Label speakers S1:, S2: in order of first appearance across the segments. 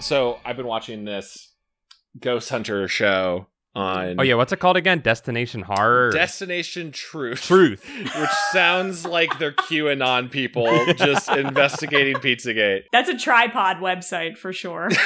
S1: so I've been watching this ghost hunter show on
S2: Oh yeah, what's it called again? Destination Horror.
S1: Destination Truth.
S2: Truth.
S1: Which sounds like they're QAnon people just investigating Pizzagate.
S3: That's a tripod website for sure.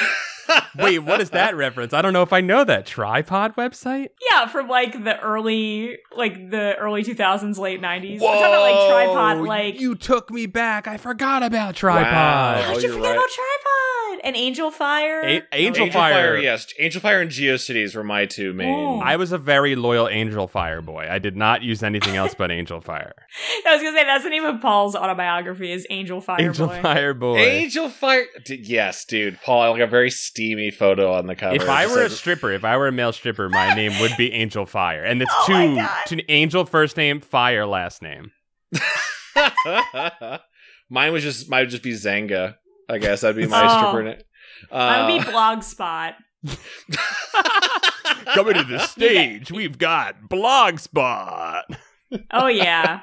S2: Wait, what is that reference? I don't know if I know that tripod website.
S3: yeah, from like the early, like the early 2000s, late 90s. We're talking about like tripod,
S2: Whoa,
S3: like
S2: you took me back. I forgot about
S1: Wow.
S2: tripod.
S3: How'd
S1: Oh,
S3: you
S1: you're
S3: forget
S1: right.
S3: about tripod? And Angel Fire.
S2: A- Angel,
S1: Angel
S2: Fire.
S1: Fire, yes. Angel Fire and GeoCities were my two main.
S3: Oh.
S2: I was a very loyal Angel Fire boy. I did not use anything else but Angel Fire.
S3: I was gonna say that's the name of Paul's autobiography is Angel Fire
S2: Angel
S3: Boy.
S2: Fire boy.
S1: Angel Fire. D- yes, dude. Paul, I like a very steamy photo on the cover.
S2: if I were a
S1: Just
S2: stripper, if I were a male stripper, my name would be Angel Fire, and it's
S3: Oh my
S2: two,
S3: God.
S2: two Angel first name, Fire last name.
S1: like- mine was just might just be Zanga. I guess that'd be my
S3: Oh.
S1: stripper name.
S3: I would
S1: Uh,
S3: be Blogspot.
S1: Uh,
S2: Coming to the stage, we've got Blogspot.
S3: Oh yeah.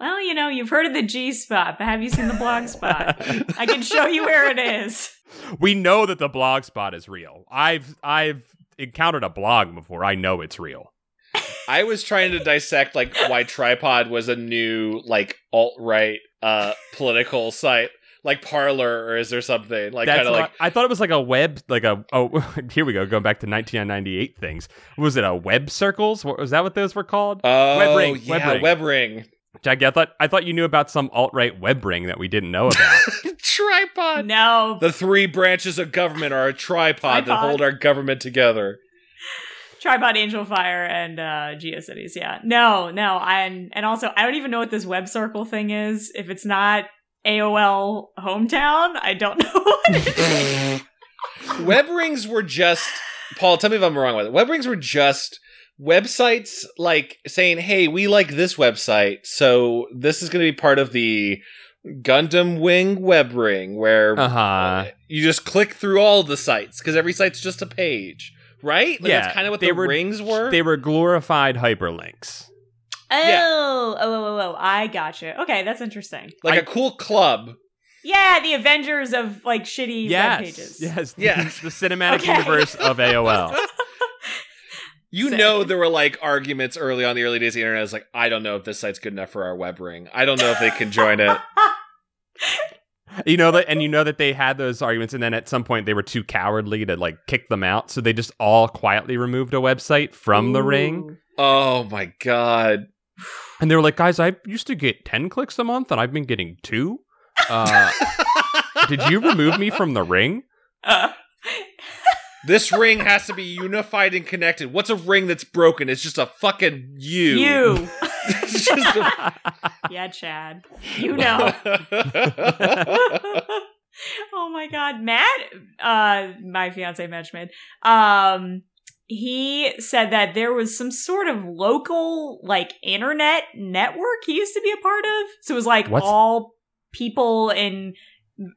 S3: well, you know, you've heard of the G spot, but have you seen the Blogspot? I can show you where it is.
S2: we know that the Blogspot is real. I've I've encountered a blog before. I know it's real.
S1: I was trying to dissect like why Tripod was a new like alt right uh political site, like Parlor, or is there something like
S2: That's
S1: kind of
S2: not-
S1: like
S2: I thought it was like a web, like a oh, here we go, going back to 1998 things. Was it a web circles? What, was that what those were called?
S1: oh
S2: Web ring, web
S1: yeah,
S2: ring.
S1: web ring,
S2: Jackie, I thought I thought you knew about some alt right web ring that we didn't know about.
S1: Tripod.
S3: No,
S1: The three branches of government are a tripod, that
S3: Tripod.
S1: hold our government together.
S3: Tripod Angel Fire and uh, GeoCities. Yeah, no, no, I and, and also I don't even know what this web circle thing is. If it's not AOL Hometown, I don't know. What it is.
S1: web rings were just Paul, tell me if I'm wrong with it. Web rings were just websites like saying, "Hey, we like this website, so this is going to be part of the Gundam Wing web ring where
S2: Uh huh.
S1: you just click through all the sites because every site's just a page, right? Like,
S2: Yeah,
S1: that's kind of what
S2: they
S1: the
S2: were-
S1: rings were.
S2: They were glorified hyperlinks.
S3: oh,
S1: Yeah.
S3: oh, oh, oh, oh, I gotcha. Okay, that's interesting.
S1: like
S2: I-
S1: a cool club.
S3: Yeah, the Avengers of like shitty web
S2: Yes,
S3: pages.
S2: yes,
S1: Yeah.
S2: the cinematic
S3: Okay.
S2: universe of AOL.
S1: You
S3: Sick.
S1: know there were like arguments early on in the early days of the internet. It's like I don't know if this site's good enough for our web ring. I don't know if they can join it.
S2: You know that, and you know that they had those arguments, and then at some point they were too cowardly to like kick them out, so they just all quietly removed a website from the ring,
S3: Ooh.
S1: Oh my god!
S2: and they were like, "Guys, I used to get ten clicks a month, and I've been getting two. Uh, did you remove me from the ring?
S3: Uh,
S1: This ring has to be unified and connected. What's a ring that's broken? It's just a fucking you.
S3: you.
S1: it's just a
S3: yeah, Chad. You know. oh my god, Matt, uh, my fiance Matchman, um, he said that there was some sort of local like internet network he used to be a part of. So it was like
S2: What's-
S3: all people in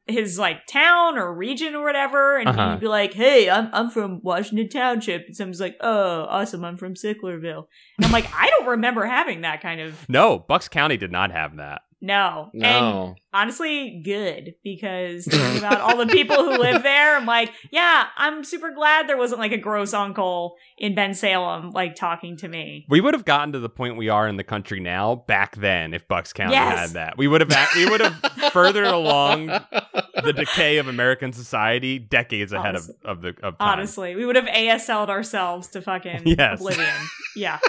S3: his like town or region or whatever, and
S2: Uh-huh.
S3: he'd be like, "Hey, I'm I'm from Washington Township," and someone's like, "Oh, awesome, I'm from Sicklerville." And I'm like, I don't remember having that kind of
S2: No, Bucks County did not have that.
S3: no, And
S1: no.
S3: honestly good because thinking about all the people who live there, I'm like, yeah, I'm super glad there wasn't like a gross uncle in Ben Salem like talking to me.
S2: We would have gotten to the point we are in the country now back then if Bucks County
S3: Yes.
S2: had that. We would have act- we would have furthered along the decay of American society decades ahead
S3: Honestly.
S2: of, of the of time.
S3: Honestly, we would have ASL'd ourselves to fucking
S2: Yes.
S3: oblivion. Yeah.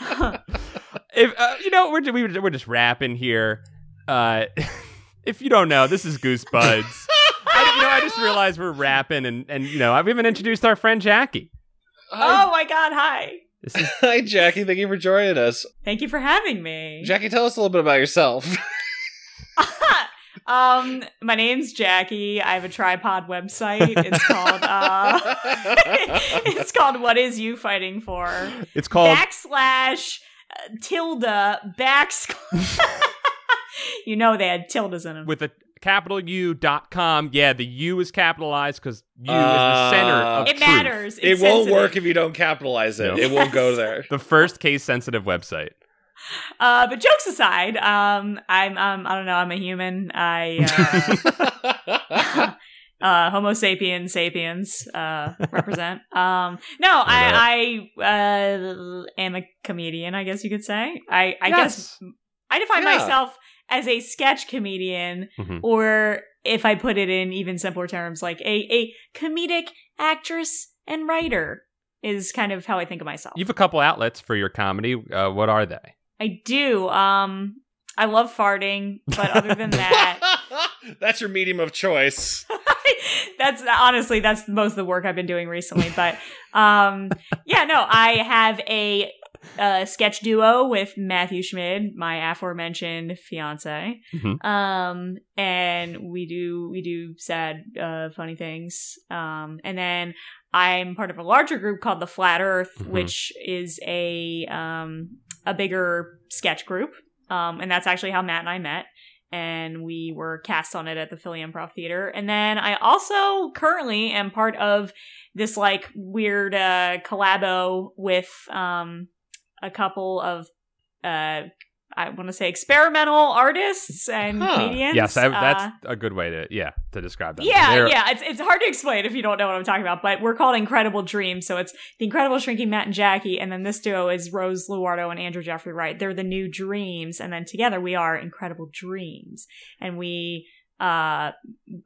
S2: if uh, you know we're, ju- we were, we're just rapping here uh if you don't know this is goosebuds I, you know i just realized we're rapping and and you know we haven't introduced our friend jackie
S3: oh my god, hi.
S2: this is
S1: Hi, Jackie. Thank you for joining us.
S3: Thank you for having me.
S1: Jackie, tell us a little bit about yourself.
S3: um, my name's Jackie. I have a tripod website. It's called uh it's called What Is You Fighting For?
S2: it's called
S3: backslash uh, tilde backslash. you know they had tildes in them.
S2: with a capital u dot com yeah the u is capitalized because u is the center
S1: Uh,
S2: of
S3: it
S2: truth.
S3: matters. It's
S1: it won't
S3: sensitive.
S1: work if you don't capitalize it.
S2: No.
S1: It won't go there.
S2: the first case sensitive website
S3: Uh, but jokes aside, um, I'm um, I don't know. I'm a human. I uh, uh, Homo sapiens sapiens uh, represent. um, no, I, I uh, am a comedian. I guess you could say. I, I guess
S2: Yes.
S3: I define
S1: Yeah.
S3: myself as a sketch comedian,
S2: Mhm.
S3: or if I put it in even simpler terms, like a a comedic actress and writer is kind of how I think of myself.
S2: You've a couple outlets for your comedy. Uh, what are they?
S3: I do. Um, I love farting, but other than that.
S1: That's your medium of choice.
S3: that's honestly that's most of the work I've been doing recently. But um, yeah, no, I have a, uh sketch duo with Matthew Schmid, my aforementioned fiance,
S2: Mhm.
S3: um, and we do we do sad, uh, funny things, um, and then. I'm part of a larger group called the Flat Earth,
S2: Mhm.
S3: which is a um, a bigger sketch group, um, and that's actually how Matt and I met and we were cast on it at the Philly Improv Theater. And then I also currently am part of this like weird uh collabo with um a couple of uh I want to say experimental artists and
S1: Huh.
S3: comedians.
S2: yes, I, that's
S3: Uh,
S2: a good way to yeah to describe them.
S3: yeah,
S2: They're-
S3: yeah. It's it's hard to explain if you don't know what I'm talking about, but we're called Incredible Dream. So it's the Incredible Shrinking Matt and Jackie, and then this duo is Rose Luardo and Andrew Jeffrey Wright. They're the new Dreams, and then together we are Incredible Dreams, and we uh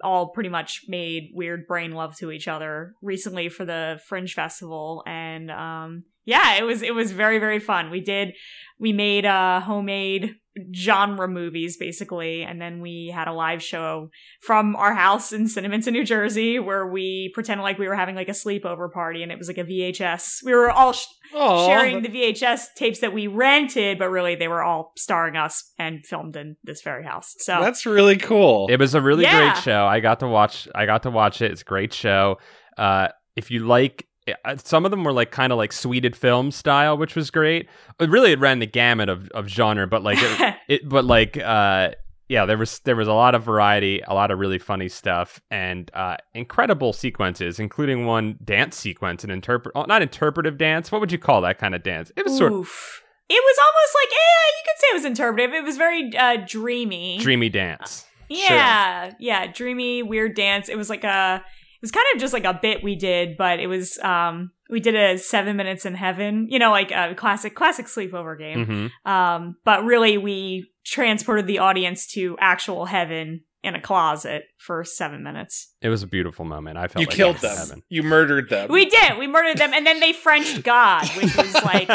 S3: all pretty much made weird brain love to each other recently for the Fringe Festival, and um yeah, it was it was very very fun. We did we made uh homemade genre movies basically and then we had a live show from our house in Cinnamonton, New Jersey, where we pretended like we were having like a sleepover party, and it was like a VHS. We were all sh-
S1: Aw,
S3: sharing the VHS tapes that we rented, but really they were all starring us and filmed in this very house. So
S1: that's really cool.
S2: It was a really
S3: Yeah.
S2: great show. I got to watch. I got to watch it. It's a great show. Uh, if you like, uh, some of them were like kind of like sweeted film style, which was great. But really, it ran the gamut of, of genre. But like, it, it but like, uh, yeah, there was there was a lot of variety, a lot of really funny stuff, and uh, incredible sequences, including one dance sequence, an interpret oh, not interpretive dance. What would you call that kind of dance? It was sort of
S3: Oof. It was almost like, yeah, you could say it was interpretive. It was very uh, dreamy.
S2: dreamy dance.
S3: Yeah, yeah, dreamy, weird dance. It was like a, it was kind of just like a bit we did, but it was um we did a seven minutes in heaven, you know, like a classic classic sleepover game.
S2: hmm
S3: Um, but really we transported the audience to actual heaven in a closet for seven minutes.
S2: It was a beautiful moment. I felt
S1: you
S2: like I
S1: killed
S2: was in
S1: them.
S2: heaven.
S1: You murdered them.
S3: We did. We murdered them, and then they Frenched God, which was like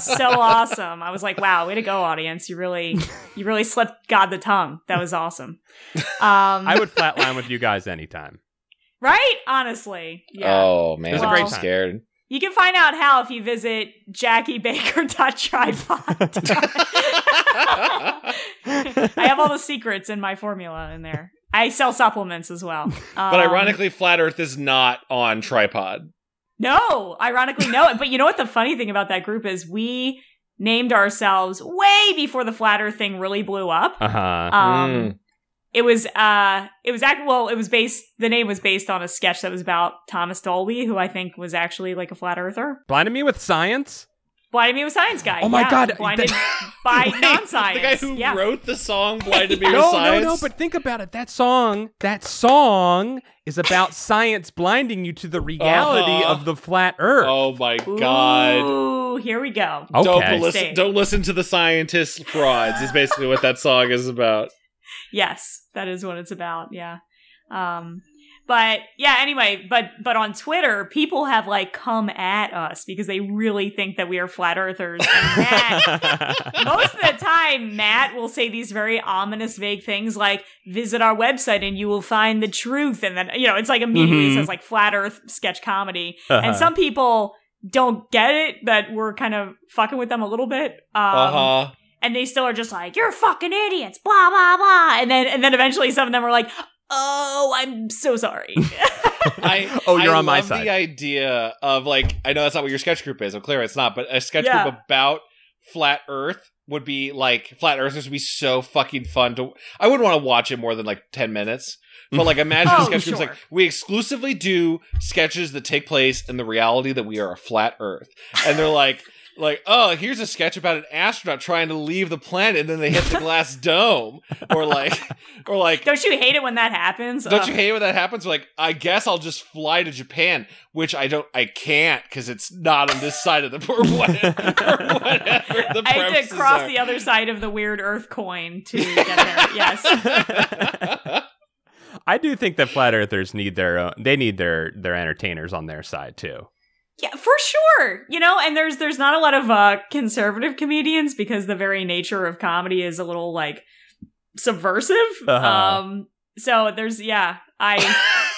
S3: so awesome. I was like, wow, way to go, audience! You really, you really slipped God the tongue. That was awesome. Um,
S2: I would flatline with you guys anytime.
S3: right? Honestly, yeah.
S1: Oh man,
S2: It was
S3: a great
S1: I'm
S2: time.
S1: scared.
S3: You can find out how if you visit jackiebaker.tripod. I have all the secrets in my formula in there. I sell supplements as well.
S1: But
S3: Um,
S1: ironically, flat Earth is not on tripod.
S3: no, ironically, no. But you know what the funny thing about that group is? We named ourselves way before the flat Earth thing really blew up.
S2: Uh huh.
S3: Um,
S1: Mm.
S3: It was uh, it was act well, it was based. The name was based on a sketch that was about Thomas Dolby, who I think was actually like a flat earther.
S2: Blinded me with science.
S3: Blinded me with science guy.
S2: Oh my
S3: Yeah,
S2: God.
S3: Blinded
S2: That-
S3: by
S1: Wait,
S3: non-science.
S1: The guy who
S3: yeah.
S1: wrote the song "Blinded Me with
S2: no,
S1: Science."
S2: no, no. But think about it. That song. That song is about science blinding you to the reality
S1: Uh-huh.
S2: of the flat Earth.
S1: oh my god!
S3: Ooh, here we go.
S1: Oh, Don't
S2: okay.
S1: listen. Don't listen to the scientist frauds. Is basically what that song is about.
S3: Yes, that is what it's about. Yeah. Um but yeah, anyway, but but on Twitter, people have like come at us because they really think that we are flat earthers. And Matt, most of the time, Matt will say these very ominous, vague things like "visit our website and you will find the truth," and then you know it's like immediately
S2: Mhm.
S3: says like flat Earth sketch comedy.
S2: Uh-huh.
S3: and some people don't get it that we're kind of fucking with them a little bit um,
S1: uh huh.
S3: and they still are just like you're fucking idiots blah blah blah and then and then eventually some of them are like oh i'm so sorry
S1: I,
S2: oh, you're
S1: I
S2: on my
S1: love
S2: side.
S1: The idea of like, I know that's not what your sketch group is. I'm clear it's not, but a sketch
S3: Yeah.
S1: group about flat Earth would be like flat Earthers would be so fucking fun to. I wouldn't want to watch it more than like ten minutes. But like, imagine
S3: Oh,
S1: a sketch group's
S3: sure.
S1: like we exclusively do sketches that take place in the reality that we are a flat Earth, and they're like. like, oh, here's a sketch about an astronaut trying to leave the planet and then they hit the glass dome, or like, or like,
S3: Don't you hate it when that happens?
S1: don't
S3: Ugh.
S1: you hate when that happens? Like, I guess I'll just fly to Japan, which I don't, I can't because it's not on this side of the or whatever. or whatever the
S3: I had
S1: premises
S3: to cross
S1: are.
S3: the other side of the weird Earth coin to get there. Yes.
S2: I do think that flat earthers need their own, they need their their entertainers on their side too.
S3: Yeah, for sure. You know, and there's there's not a lot of uh conservative comedians because the very nature of comedy is a little like subversive.
S2: Uh-huh.
S3: Um so there's yeah, I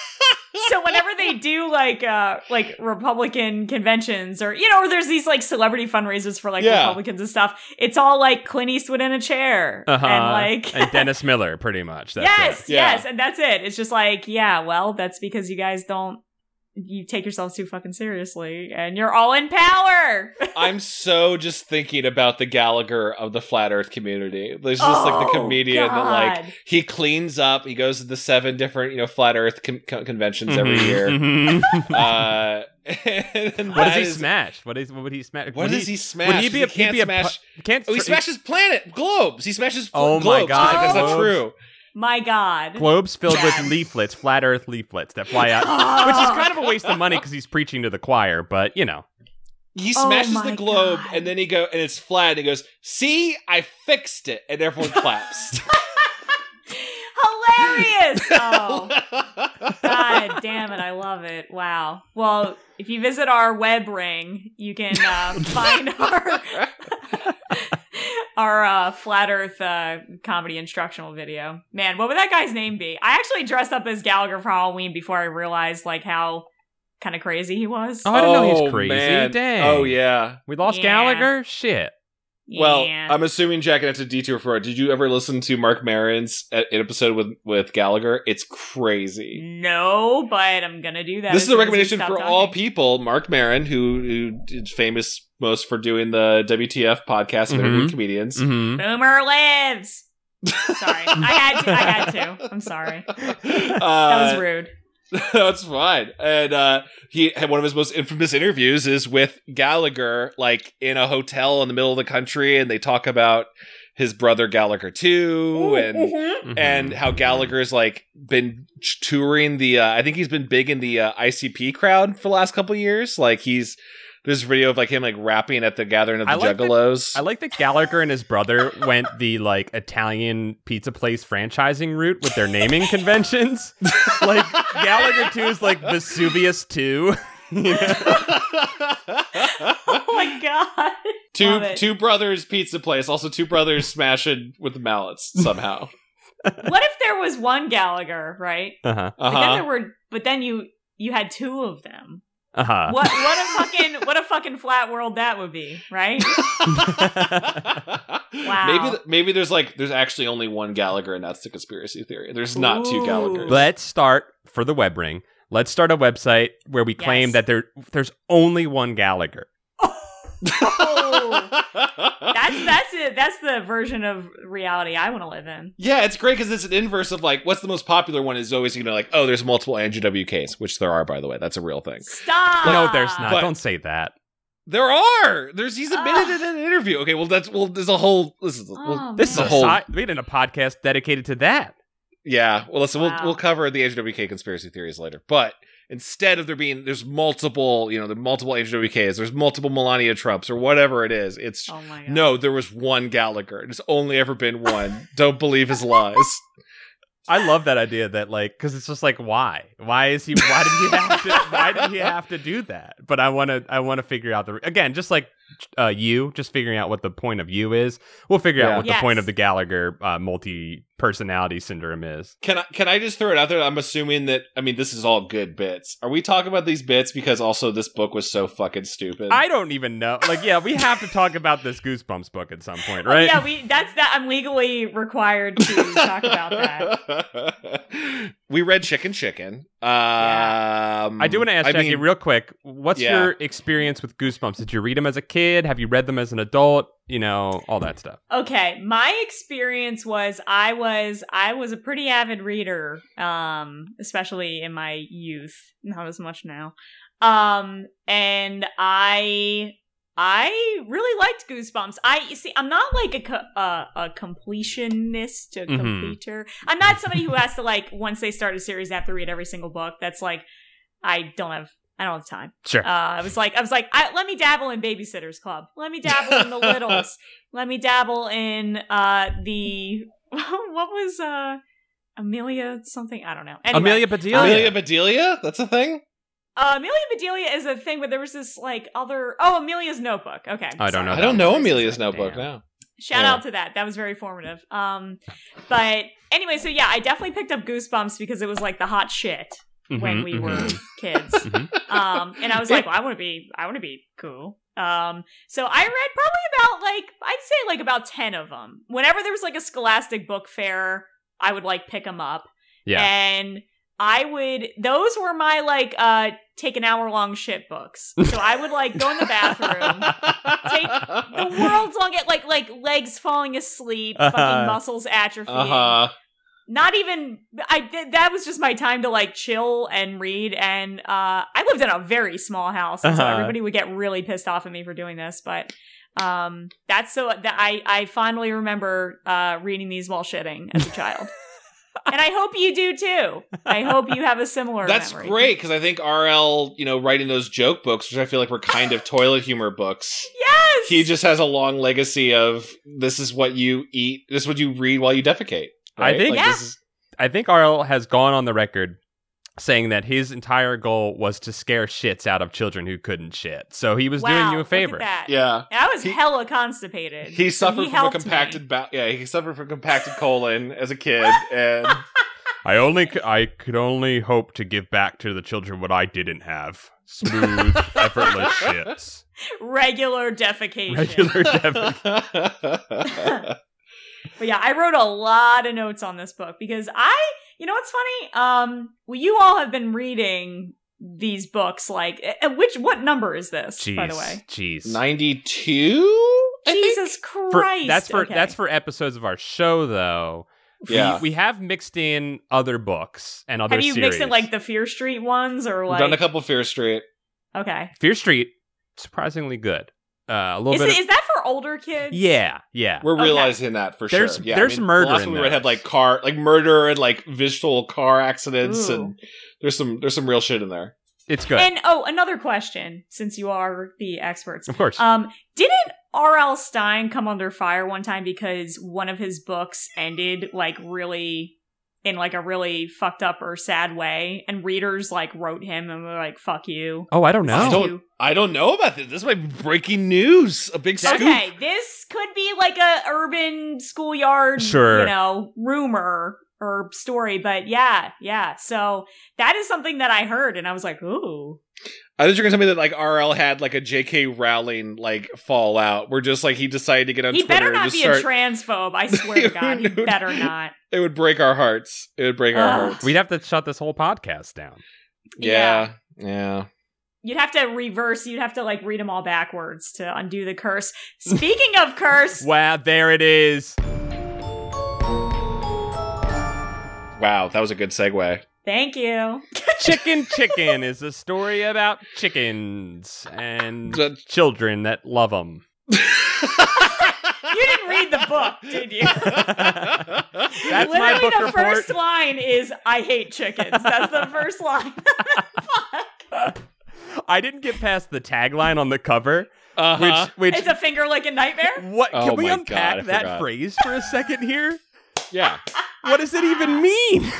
S3: so whenever they do like uh like Republican conventions or you know, or there's these like celebrity fundraisers for like
S1: Yeah.
S3: Republicans and stuff, it's all like Clint Eastwood in a chair
S2: Uh-huh.
S3: and like
S2: and Dennis Miller, pretty much. That's
S3: yes,
S2: it.
S1: Yeah.
S3: yes, and that's it. It's just like, yeah, well, that's because you guys don't you take yourselves too fucking seriously and you're all in power.
S1: I'm so just thinking about the Gallagher of the flat Earth community. There's just like the
S3: Oh,
S1: comedian that like
S3: God.
S1: he cleans up. He goes to the seven different you know flat Earth con- con- conventions every
S2: Mhm,
S1: year.
S2: mhm.
S1: uh, and
S2: what does
S1: that
S2: he
S1: is-
S2: smash? What is what would he smash?
S1: What
S2: Would
S1: does he smash?
S2: would he be a-
S1: can't
S2: he'd be a pu-
S1: smash?
S2: Can't
S1: oh, he
S2: thr-
S1: smashes planet globes. He smashes pl-
S2: e- Oh my
S1: globes. 'cause,
S2: God,
S1: like, that's not
S2: globes.
S1: true.
S3: my god.
S2: globes filled with leaflets, flat Earth leaflets that fly out,
S3: Oh.
S2: which is kind of a waste of money because he's preaching to the choir. But you know,
S1: He
S3: Oh
S1: smashes
S3: my
S1: the globe
S3: God.
S1: and then he go and it's flat. And he goes, "See, I fixed it," and everyone claps.
S3: Hilarious. Oh. God damn it, I love it. Wow. Well, if you visit our web ring, you can uh, find our our uh, flat earth uh, comedy instructional video. Man, what would that guy's name be? I actually dressed up as Gallagher for Halloween before I realized like how kind of crazy he was.
S2: oh, I didn't know
S1: Oh,
S2: he's crazy.
S1: man.
S2: Dang.
S1: Oh yeah.
S2: we lost
S3: Yeah.
S2: Gallagher. Shit.
S1: Well,
S3: Yeah.
S1: I'm assuming Jack and I have to detour for it. Did you ever listen to Mark Maron's uh, an episode with with Gallagher? It's crazy.
S3: no, but I'm gonna do that.
S1: this
S3: as
S1: is a
S3: soon as we
S1: recommendation
S3: stop
S1: for
S3: talking.
S1: all people. Mark Maron, who, who is famous most for doing the WTF podcast of interviewing
S2: Mhm.
S1: comedians.
S2: Mhm.
S3: Boomer lives. Sorry, I had to. I had to. I'm sorry. That
S1: Uh,
S3: was rude.
S1: that's fine. And uh, he had one of his most infamous interviews is with Gallagher, like in a hotel in the middle of the country, and they talk about his brother Gallagher too, and
S3: Mhm.
S1: and how
S2: Mhm.
S1: Gallagher's like been t- touring the. Uh, I think he's been big in the uh, ICP crowd for the last couple of years. Like he's there's a video of like him like rapping at the gathering of the
S2: I like that-
S1: Juggalos.
S2: I like that Gallagher and his brother went the like Italian pizza place franchising route with their naming conventions. Like Gallagher 2 is like Vesuvius 2.
S3: Oh my god. Love
S1: two
S3: it.
S1: two brothers pizza place. Also two brothers smashing with the mallets somehow.
S3: What if there was one Gallagher, right?
S2: Uh-huh.
S1: Uh
S3: But then
S1: huh.
S3: there were but then you you had two of them.
S2: Uh-huh.
S3: What what a fucking what a fucking flat world that would be, right?
S2: Uh-huh.
S3: Wow.
S1: Maybe th- maybe there's like there's actually only one Gallagher, and that's the conspiracy theory. There's not two
S3: Ooh.
S1: Gallaghers.
S2: Let's start for the web ring. Let's start a website where we claim
S3: Yes.
S2: that there there's only one Gallagher.
S3: That's that's it. That's the version of reality I want to live in.
S1: Yeah, it's great because it's an inverse of like what's the most popular one is always you know like oh there's multiple Andrew WKs which there are by the way that's a real thing.
S3: Stop.
S2: no, there's not.
S1: But-
S2: Don't say that.
S1: There are. There's he's admitted
S3: Ugh.
S1: in an interview. Okay, well that's well there's a whole this is well,
S3: Ah. Oh,
S2: This
S1: The
S2: is a
S1: whole-
S2: si- we did a podcast dedicated to that.
S1: yeah. Well listen
S3: Wow.
S1: we'll we'll cover the Andrew WK conspiracy theories later, but instead of there being there's multiple you know there are multiple Andrew WKs there's multiple Melania Trumps or whatever it is it's
S3: Oh my god.
S1: no there was one Gallagher. There's only ever been one. Don't believe his lies.
S2: I love that idea that like cuz it's just like why? Why is he why did he have to why did he have to do that? But I want to I want to figure out the again just like uh you just figuring out what the point of you is. We'll figure
S1: Yeah.
S2: out what
S3: Yes.
S2: the point of the Gallagher uh, multi personality syndrome is.
S1: Can I can I just throw it out there? I'm assuming that I mean this is all good bits. Are we talking about these bits because also this book was so fucking stupid?
S2: I don't even know. Like yeah, we have to talk about this Goosebumps book at some point, right?
S3: Yeah, we that's that I'm legally required to talk about that.
S1: that. we read Chicken Chicken. Um,
S2: I do want to ask Jackie
S1: mean,
S2: real quick. What's
S1: Yeah.
S2: your experience with Goosebumps? Did you read them as a kid? Have you read them as an adult? You know, all that stuff.
S3: Okay, my experience was I was I was a pretty avid reader, um, especially in my youth, not as much now. Um, and I I really liked Goosebumps. I you see, I'm not like a co- uh, a completionist, a
S2: Mhm.
S3: completer. I'm not somebody who has to like once they start a series, they have to read every single book. That's like I don't have I don't have time.
S2: Sure.
S3: Uh, I was like I was like I, let me dabble in Babysitters Club. Let me dabble in the Littles. Let me dabble in uh the what was uh Amelia something I don't know. Anyway,
S2: Amelia Padilla.
S1: Amelia Bedelia? That's a thing?
S3: uh, Amelia Bedelia is a thing, but there was this like other oh Amelia's Notebook. Okay,
S2: I don't know
S1: I don't know Amelia's
S2: Damn.
S1: notebook now.
S3: Shout
S1: Yeah.
S3: out to that. That was very formative. Um, but anyway, so yeah, I definitely picked up Goosebumps because it was like the hot shit
S2: Mhm,
S3: when we
S2: mhm.
S3: were kids.
S2: Mhm.
S3: Um, and I was like, well, I want to be, I want to be cool. Um, so I read probably about like I'd say like about ten of them. Whenever there was like a Scholastic book fair, I would like pick them up.
S2: Yeah.
S3: And I would those were my like uh take an hour long shit books. So I would like go in the bathroom the world's long at like like legs falling asleep,
S2: Uh-huh.
S3: fucking muscles atrophying.
S1: Uh-huh.
S3: Not even I did that was just my time to like chill and read and uh I lived in a very small house and so
S2: Uh-huh.
S3: everybody would get really pissed off at me for doing this, but um that's so that I I fondly remember uh reading these while shitting as a child. and I hope you do too. I hope you have a similar
S1: That's
S3: memory.
S1: great because I think RL, you know, writing those joke books, which I feel like were kind of toilet humor books.
S3: Yes.
S1: He just has a long legacy of this is what you eat, this is what you read while you defecate.
S2: I
S1: right?
S2: think-
S1: Like,
S3: Yeah.
S1: this is-
S2: I think RL has gone on the record saying that his entire goal was to scare shits out of children who couldn't shit. So he was
S3: wow,
S2: doing you a
S3: look at
S2: favor.
S3: that.
S1: yeah.
S3: I was
S1: He-
S3: hella constipated.
S1: He
S3: so
S1: suffered from a
S3: Uh, helped me.
S1: compacted ba- yeah, he suffered from compacted colon as a kid and
S2: I only c- I could only hope to give back to the children what I didn't have. Smooth, effortless shits.
S3: regular defecation.
S2: Regular defec-
S3: But yeah, I wrote a lot of notes on this book because I, you know what's funny? Um, well, you all have been reading these books. Like, eh, eh, which what number is this?
S2: Jeez.
S3: By the way,
S1: 92?
S3: Jesus
S2: For-
S3: Christ!
S2: that's for
S3: Okay.
S2: that's for episodes of our show though. We-
S1: Yeah.
S2: We, have mixed in other books and other
S3: Have you
S2: series.
S3: mixed in like the Fear Street ones or
S1: We've
S3: like?
S1: done a couple Fear Street.
S3: okay,
S2: Fear Street surprisingly good. Uh, a little
S3: is,
S2: bit
S3: it,
S2: of-
S3: is that for older kids?
S2: Yeah, Oh, yeah.
S1: We're
S3: Okay.
S1: realizing that for
S2: There's-
S1: sure. Yeah,
S2: there's murder
S1: the Last
S2: in
S1: one we read
S2: there.
S1: had like car, like murder and like visual car accidents,
S3: Ooh.
S1: and there's some there's some real shit in there.
S2: It's good.
S3: And oh, another question, since you are the experts.
S2: of course.
S3: Um, didn't R.L. Stein come under fire one time because one of his books ended like really in like a really fucked up or sad way, and readers like wrote him and were like, "Fuck you."
S2: oh, I don't know.
S1: I don't-
S3: You-
S1: I don't know about this. This might be breaking news. A big scoop.
S3: Okay, this could be like a urban schoolyard,
S2: Sure.
S3: you know, rumor or story, but yeah, yeah. So that is something that I heard, and I was like, "Ooh,
S1: I thought you were gonna tell me that like RL had like a J.K. Rowling like fallout. Where just like he decided to get on
S3: he
S1: Twitter
S3: better
S1: and
S3: not
S1: just
S3: be
S1: start.
S3: a transphobe." I swear to God, he
S1: No, no.
S3: better not.
S1: it would break our hearts. It would break our
S3: Ugh.
S1: hearts.
S2: We'd have to shut this whole podcast down.
S1: yeah, yeah.
S3: You'd have to reverse. You'd have to like read them all backwards to undo the curse. Speaking of curse,
S2: Wow, there it is.
S1: Wow, that was a good segue.
S3: thank you.
S2: Chicken Chicken is a story about chickens and
S1: But-
S2: children that love them.
S3: You didn't read the book, did you?
S2: That's my
S3: Literally,
S2: book
S3: the
S2: report.
S3: first line is "I hate chickens." That's the first line.
S2: I didn't get past the tagline on the cover,
S1: Uh-huh.
S2: which which
S3: it's a finger like a nightmare.
S2: what can
S1: Oh
S2: we
S1: my
S2: unpack
S1: God, I
S2: that
S1: forgot.
S2: phrase for a second here?
S1: yeah.
S2: What does it even mean?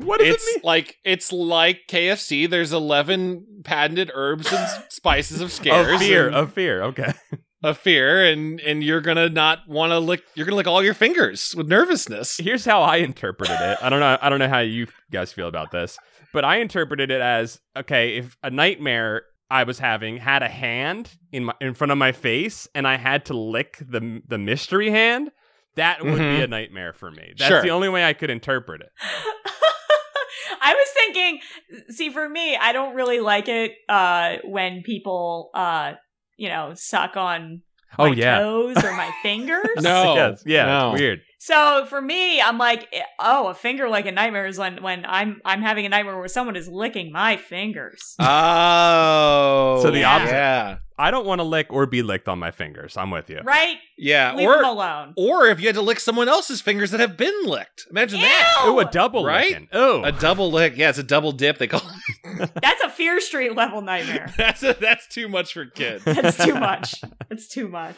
S2: What does
S1: it's
S2: it mean?
S1: like it's like KFC. There's eleven patented herbs and s- spices of scares,
S2: Of fear,
S1: and-
S2: of fear. Okay.
S1: of fear, and and you're gonna not want to lick. You're gonna lick all your fingers with nervousness.
S2: here's how I interpreted it. I don't know. I don't know how you guys feel about this, but I interpreted it as okay. If a nightmare I was having had a hand in my in front of my face, and I had to lick the the mystery hand, that would be
S1: Mhm.
S2: a nightmare for me. That's
S1: Sure.
S2: the only way I could interpret it.
S3: I was thinking. See, for me, I don't really like it uh, when people, uh, you know, suck on my
S2: oh yeah.
S3: toes or my fingers.
S1: No,
S2: Yes, yeah.
S1: no.
S2: It's weird.
S3: So for me, I'm like, oh, a finger like a nightmare is when when I'm I'm having a nightmare where someone is licking my fingers.
S1: Oh.
S2: So the
S1: yeah.
S3: opposite.
S1: Yeah.
S2: I don't want to lick or be licked on my fingers. I'm with you.
S3: Right?
S1: Yeah.
S3: Leave them
S1: or
S3: alone.
S1: or if you had to lick someone else's fingers that have been licked. Imagine that.
S2: Ooh, a double
S1: Right?
S2: licking. Ooh.
S1: A double lick. Yeah, it's a double dip. They call it.
S3: That's a Fear Street level nightmare.
S1: That's that's too much for kids.
S3: That's too much. That's too much.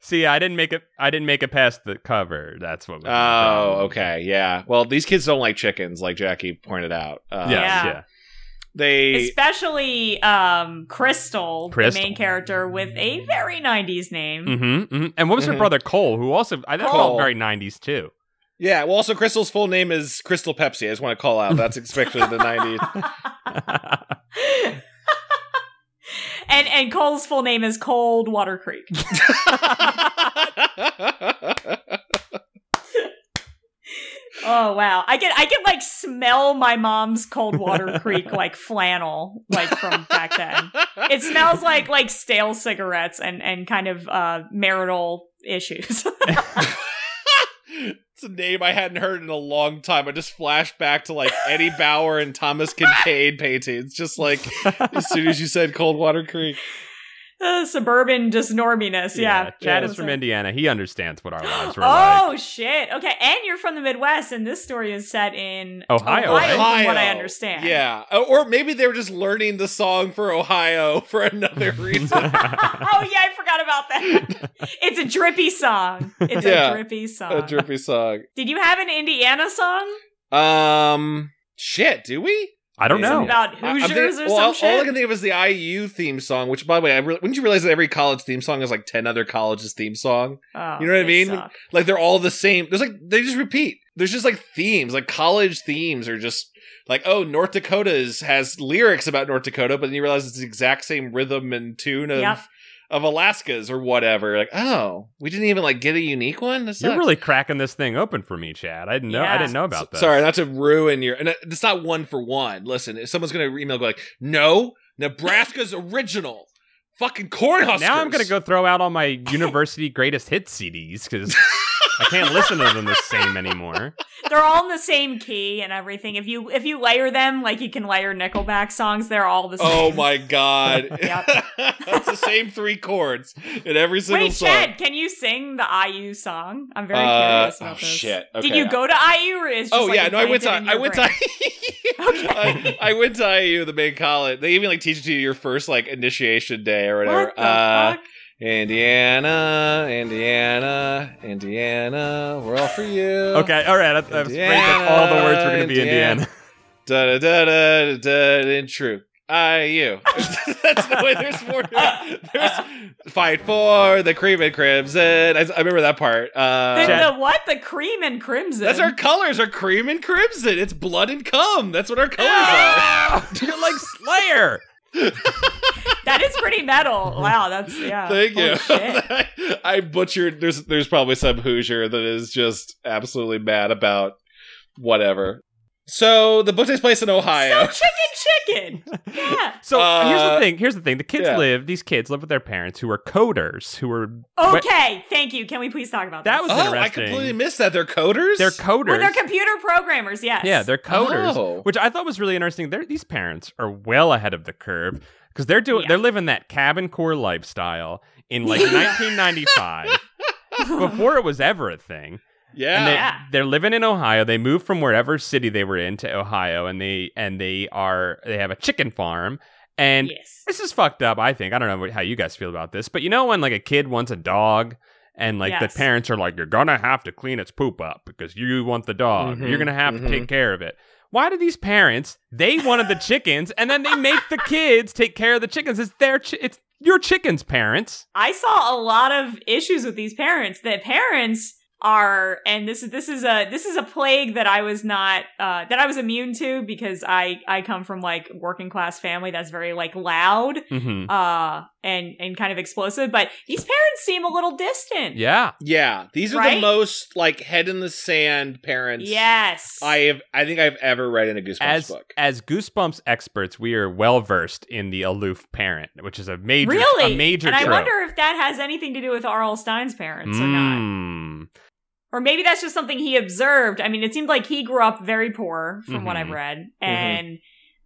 S2: See, I didn't make it. I didn't make it past the cover. That's what. was the problem.
S1: Oh, okay, yeah. Well, these kids don't like chickens, like Jackie pointed out. Uh,
S2: Yeah,
S3: Yeah.
S2: yeah.
S1: They
S3: Especially um Crystal,
S2: Crystal.
S3: the main character with a very 90s name.
S1: Mm.
S2: Mm-hmm, mm-hmm. And what was her
S1: Mhm.
S2: brother Cole, who also I that
S1: Cole.
S2: felt very '90s too.
S1: Yeah, well, also Crystal's full name is Crystal Pepsi. I just want to call out that's especially the '90s.
S3: and and Cole's full name is Cold Water Creek. Oh wow. I can I can like smell my mom's Cold Water Creek like flannel like from back then. It smells like like stale cigarettes and and kind of uh marital issues.
S1: It's a name I hadn't heard in a long time. I just flashed back to like Eddie Bauer and Thomas Kincaid paintings. Just like as soon as you said Cold Water Creek.
S3: Uh, suburban just norminess. Yeah.
S2: Chad
S3: Yeah.
S2: is from Indiana. He understands what our lives were like.
S3: Oh shit. Okay, and you're from the Midwest and this story is set in
S2: Ohio, right?
S3: from what I
S1: Ohio.
S3: understand.
S1: Yeah. Oh, Or maybe they were just learning the song for Ohio for another reason.
S3: oh yeah, I forgot about that. it's a drippy song. It's
S1: Yeah,
S3: a drippy song.
S1: a drippy song.
S3: Did you have an Indiana song?
S1: Um shit, do we?
S2: I don't
S1: Yeah.
S2: know.
S1: Something
S3: About
S1: I- I'm
S3: Hoosiers
S1: thinking- well,
S3: or some
S1: all, all I
S3: shit?
S1: can think of is the IU theme song, which, by the way, I re- wouldn't you realize that every college theme song is like ten other colleges' theme song?
S3: Oh,
S1: you know what I
S3: they
S1: mean?
S3: suck.
S1: Like they're all the same. There's like they just repeat. There's just like themes. Like college themes are just like oh, North Dakota is, has lyrics about North Dakota, but then you realize it's the exact same rhythm and tune of
S3: Yep.
S1: of Alaska's or whatever. Like oh, we didn't even like get a unique one. That's
S2: You're really cracking this thing open for me, Chad. I didn't know.
S3: Yeah.
S2: I didn't know about that.
S1: Sorry, not to ruin your. And uh, it's not one for one. Listen, if someone's gonna email, go like, no, Nebraska's original, fucking cornhuskers.
S2: Now I'm gonna go throw out all my university greatest hit CDs because I can't listen to them the same anymore.
S3: They're all in the same key and everything. If you if you layer them, like you can layer Nickelback songs, they're all the same.
S1: Oh my god,
S3: Yep.
S1: it's the same three chords in every single
S3: Wait,
S1: song.
S3: Chad, can you sing the IU song? I'm very
S1: Uh,
S3: curious about
S1: oh,
S3: this.
S1: shit.
S3: Did
S1: Okay.
S3: you go to IU or is just
S1: Oh
S3: like,
S1: yeah, no, I went to
S3: implanted in
S1: I
S3: your
S1: went
S3: brain?
S1: to
S3: Okay.
S1: I, I went to IU, the main college. They even like teach it to you your first like initiation day or whatever.
S3: What the
S1: uh,
S3: fuck?
S1: Indiana, Indiana, Indiana, we're all for you. Okay.
S2: Okay, all right. That's, that's great. That's all the words were gonna be
S1: Indiana,
S2: Indiana.
S1: da da da da da da and true. I you. That's the way there's more. There's fight for the cream and crimson. I, I remember that part.
S3: The,
S1: Uh,
S2: Chad-
S3: the what? The cream and crimson.
S1: that's our colors are cream and crimson. It's blood and cum. That's what our colors
S2: You're like Slayer.
S3: That is pretty metal. Wow, that's yeah.
S1: are. Thank
S3: Holy
S1: you.
S3: shit.
S1: I butchered. There's there's probably some Hoosier that is just absolutely mad about whatever. So the book takes place in Ohio.
S3: So chicken, chicken. Yeah.
S2: So here's
S1: Uh,
S2: the thing. Here's the thing. The kids
S1: yeah.
S2: live. These kids live with their parents who are coders. Who are
S3: Okay. Thank you. Can we please talk about
S2: That
S3: this?
S2: was-
S1: oh, I
S2: interesting.
S1: completely missed that. They're coders.
S2: they're coders.
S3: Well, they're computer programmers. Yes.
S2: yeah, they're coders.
S1: Oh.
S2: Which I thought was really interesting. They're, these parents are well ahead of the curve because they're doing
S3: Yeah.
S2: they're living that cabin core lifestyle in like 1995 before it was ever a thing. And they,
S1: yeah.
S3: Yeah.
S2: they're living in Ohio. They moved from wherever city they were in to Ohio, and they and they are they have a chicken farm. And
S3: yes.
S2: this is fucked up. I think I don't know what- how you guys feel about this, but you know when like a kid wants a dog, and like
S3: Yes.
S2: the parents are like, "You're gonna have to clean its poop up because you want the dog.
S1: Mhm,
S2: You're gonna have
S1: mhm.
S2: to take care of it." Why do these parents? They wanted the chickens, and then they make the kids take care of the chickens. It's their chi- it's your chickens, parents.
S3: I saw a lot of issues with these parents. That parents are, and this is this is a this is a plague that I was not uh, that I was immune to because I I come from like working class family that's very like loud
S2: hmm
S3: uh and and kind of explosive. But these parents seem a little distant.
S2: Yeah,
S1: Yeah, these are
S3: Right?
S1: the most like head in the sand parents.
S3: Yes.
S1: I have. I think I've ever read in a Goosebumps
S2: as
S1: book.
S2: as Goosebumps experts, we are well versed in the aloof parent, which is a major
S3: really
S2: a major
S3: and I
S2: trope. Hmm.
S3: wonder if that has anything to do with R.L. Stein's parents or not.
S2: Mm.
S3: Or maybe that's just something he observed. I mean, it seemed like he grew up very poor from what I've
S2: Mhm.
S3: read. And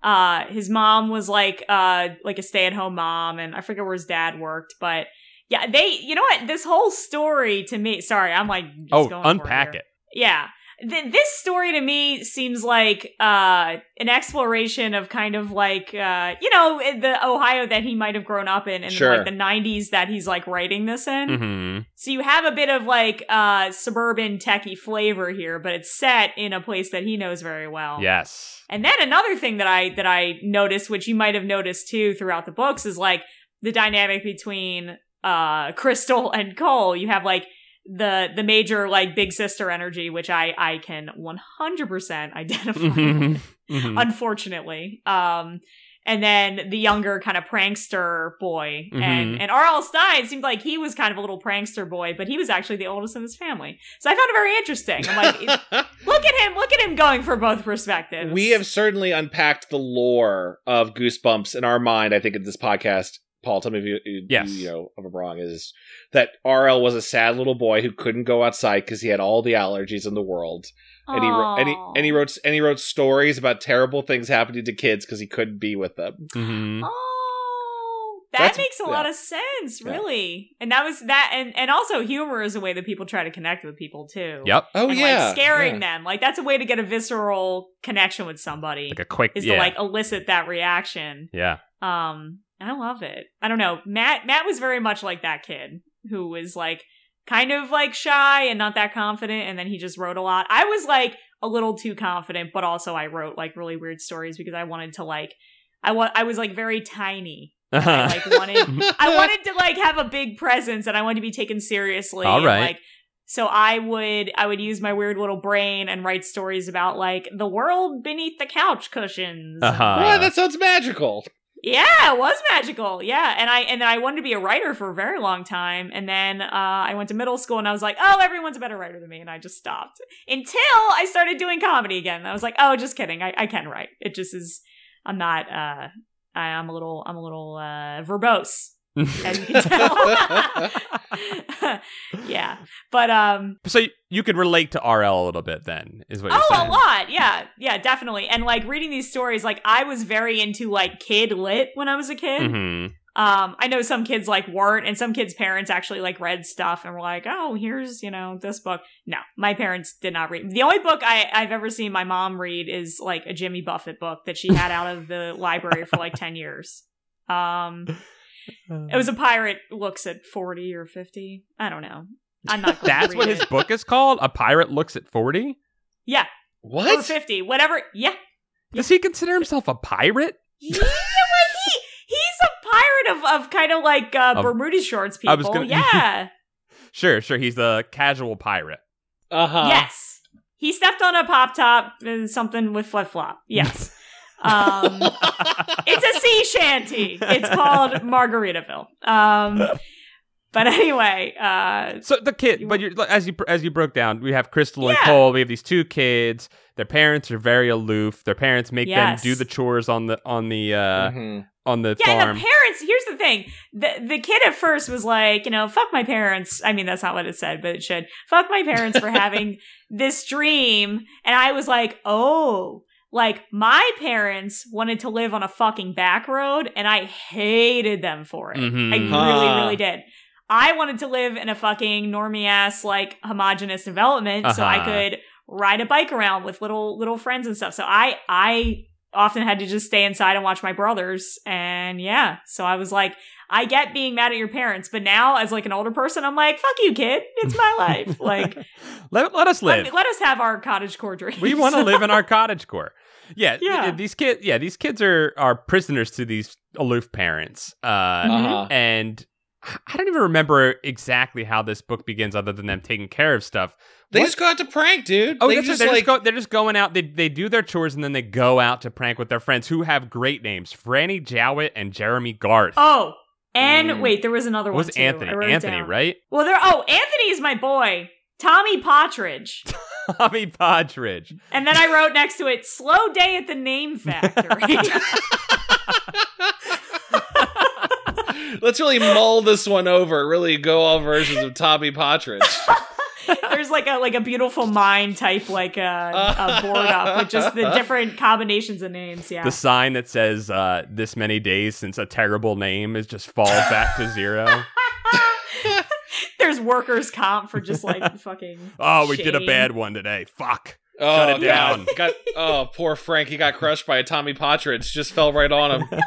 S3: uh his mom was like uh like a stay-at-home mom and I forget where his dad worked, but yeah, they you know what? This whole story to me, sorry, I'm like just
S2: Oh,
S3: going for
S2: unpack
S3: here.
S2: it.
S3: Yeah. Th- this story to me seems like uh, an exploration of kind of like, uh, you know, the Ohio that he might have grown up in and
S1: Sure.
S3: like the 90s that he's like writing this in.
S2: hmm
S3: So you have a bit of like uh, suburban techie flavor here, but it's set in a place that he knows very well.
S2: Yes.
S3: And then another thing that I that I noticed, which you might have noticed too throughout the books, is like the dynamic between uh Crystal and Cole. You have like the the major like big sister energy, which I I can one hundred percent identify.
S2: Mhm.
S3: with,
S2: Mhm.
S1: Mm-hmm.
S3: Unfortunately, um, and then the younger kind of prankster boy,
S1: Mm-hmm.
S2: Mhm.
S3: and and R.L. Stein seemed like he was kind of a little prankster boy, but he was actually the oldest in his family. So I found it very interesting. I'm like, it- look at him, look at him going for both perspectives.
S1: we have certainly unpacked the lore of Goosebumps in our mind. I think in this podcast, Paul, tell me if you, you-
S2: Yes.
S1: you know if I'm wrong. Is that RL was a sad little boy who couldn't go outside because he had all the allergies in the world, and he, wrote, and he and he wrote and he wrote stories about terrible things happening to kids because he couldn't be with them.
S2: Mhm.
S3: Oh, that
S1: mm-hmm. That's-
S3: makes a
S1: yeah.
S3: lot of sense,
S1: Yeah.
S3: really. And that was that, and and also humor is a way that people try to connect with people too.
S2: Yep.
S1: Oh
S3: and
S1: yeah,
S3: like scaring them, like that's a way to get a visceral connection with somebody
S2: Like a quick.
S3: is
S2: yeah.
S3: to like elicit that reaction.
S2: yeah.
S3: Um, I love it. I don't know. Matt Matt was very much like that kid who was like kind of like shy and not that confident, and then he just wrote a lot. I was like a little too confident, but also I wrote like really weird stories because I wanted to like I wa- I was like very tiny. I like wanted I wanted to like have a big presence and I wanted to be taken seriously.
S2: All
S3: and,
S2: right.
S3: like so I would I would use my weird little brain and write stories about like the world beneath the couch cushions.
S2: Uh-huh.
S1: Wow, that sounds magical.
S3: Yeah, it was magical. Yeah, and I and then I wanted to be a writer for a very long time, and then uh, I went to middle school, and I was like, oh, everyone's a better writer than me, and I just stopped until I started doing comedy again. I was like, oh, just kidding, I, I can write. It just is, I'm not. Uh, I, I'm a little. I'm a little uh, verbose, as you can tell. yeah, but um,
S2: so y- you could relate to RL a little bit then, is what you're
S3: Oh,
S2: saying.
S3: a lot. Yeah. Yeah, definitely. And like reading these stories, like I was very into like kid lit when I was a kid.
S2: Mhm.
S3: Um, I know some kids like weren't, and some kids' parents actually like read stuff and were like, "Oh, here's you know this book." No, my parents did not read. The only book I, I've ever seen my mom read is like a Jimmy Buffett book that she had out of the library for like ten years. Um, it was a pirate looks at forty or fifty. I don't know. I'm not. Going
S2: That's
S3: to
S2: what
S3: read
S2: his
S3: it.
S2: book is called. A pirate looks at forty.
S3: Yeah, or
S1: What?
S3: fifty, whatever. Yeah,
S2: Does he consider himself a pirate?
S3: Yeah, well, he he's a pirate of, of kind of like uh,
S2: Of-
S3: Bermuda shorts people.
S2: Um, I was gonna-
S3: yeah.
S2: Sure, sure. He's the casual pirate.
S1: Uh huh.
S2: Uh-huh.
S3: yes. He stepped on a pop top and something with flip flop. Yes. Um, it's a sea shanty. It's called Margaritaville. Um, but anyway, uh,
S2: So the kid,
S3: You
S2: but you're, as you as you broke down, we have Crystal and
S3: Yeah.
S2: Cole. We have these two kids. Their parents are very aloof. Their parents make
S3: Yes. Mm-hmm.
S2: them do the chores on the on the uh,
S1: Mhm.
S2: on the
S3: yeah,
S2: farm.
S3: and the parents. Here's the thing: the the kid at first was like, you know, fuck my parents. I mean, that's not what it said, but it should. Fuck my parents for having this dream, and I was like, oh. Like my parents wanted to live on a fucking back road, and I hated them for it.
S2: Mhm.
S3: I
S1: Huh.
S3: really, really did. I wanted to live in a fucking normie ass, like homogenous development, so I
S2: Uh-huh.
S3: could ride a bike around with little little friends and stuff. So I I often had to just stay inside and watch my brothers. And yeah, so I was like, I get being mad at your parents, but now as like an older person, I'm like, fuck you, kid. It's my life. Like,
S2: let, let us live.
S3: let, me- let us have our cottage core dreams.
S2: we want to live in our cottage core. Yeah, th-
S3: Yeah.
S2: these kids. Yeah, these kids are are prisoners to these aloof parents. Uh,
S1: Uh-huh.
S3: Mm-hmm.
S2: and I I don't even remember exactly how this book begins, other than them taking care of stuff.
S1: They
S2: What-
S1: just got to prank, dude.
S2: Oh,
S1: they
S2: that's
S1: just
S2: right. They're,
S1: like
S2: just go, they're just going out. They, they do their chores and then they go out to prank with their friends who have great names Franny Jowett and Jeremy Garth.
S3: Oh, and
S1: Mm.
S3: wait, there was another
S2: What
S3: one.
S2: was
S3: too.
S2: Anthony?
S3: I wrote it
S2: Anthony,
S3: down.
S2: right?
S3: Well, there. Oh, Anthony is my boy. Tommy Partridge.
S2: Tommy Podridge.
S3: And then I wrote next to it, slow day at the name factory.
S1: Let's really mull this one over. Really go all versions of Tommy Partridge.
S3: There's there's like a like a beautiful mind type like a, a board up with just the different combinations of names. Yeah.
S2: The sign that says uh, "this many days since a terrible name" is just falls back to zero.
S3: there's workers comp for just like fucking.
S2: Oh, we did a
S3: shame.
S2: bad one today. Fuck.
S1: Oh,
S2: Shut
S1: God.
S2: it down.
S1: Got, oh, poor Frank. He got crushed by a Tommy Partridge. Just fell right on him.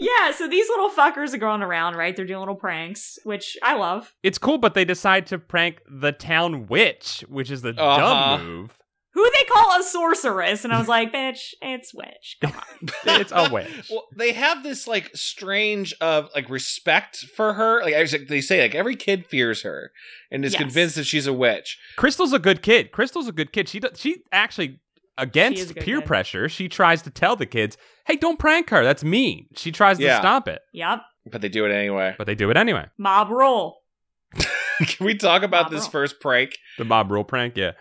S3: Yeah. So these little fuckers are going around, right? They're doing little pranks, which I love.
S2: It's cool, but they decide to prank the town witch, which is the
S1: Uh-huh.
S2: dumb move.
S3: Who they call a sorceress, and I was like, bitch, it's witch. Come on.
S2: It's a witch.
S1: Well, they have this like strange of like respect for her. Like as they say, like every kid fears her and is
S3: Yes.
S1: convinced that she's a witch.
S2: Crystal's a good kid. Crystal's a good kid. She do- she actually
S3: She is a
S2: against
S3: good
S2: peer
S3: kid.
S2: pressure. She tries to tell the kids, "Hey, don't prank her. That's mean." She tries
S1: Yeah.
S2: to stop it,
S3: Yep.
S1: But they do it anyway.
S2: but they do it anyway.
S3: Mob roll.
S1: Can we talk about
S3: Mob
S1: this
S3: rule.
S1: first prank?
S2: The mob rule prank, yeah.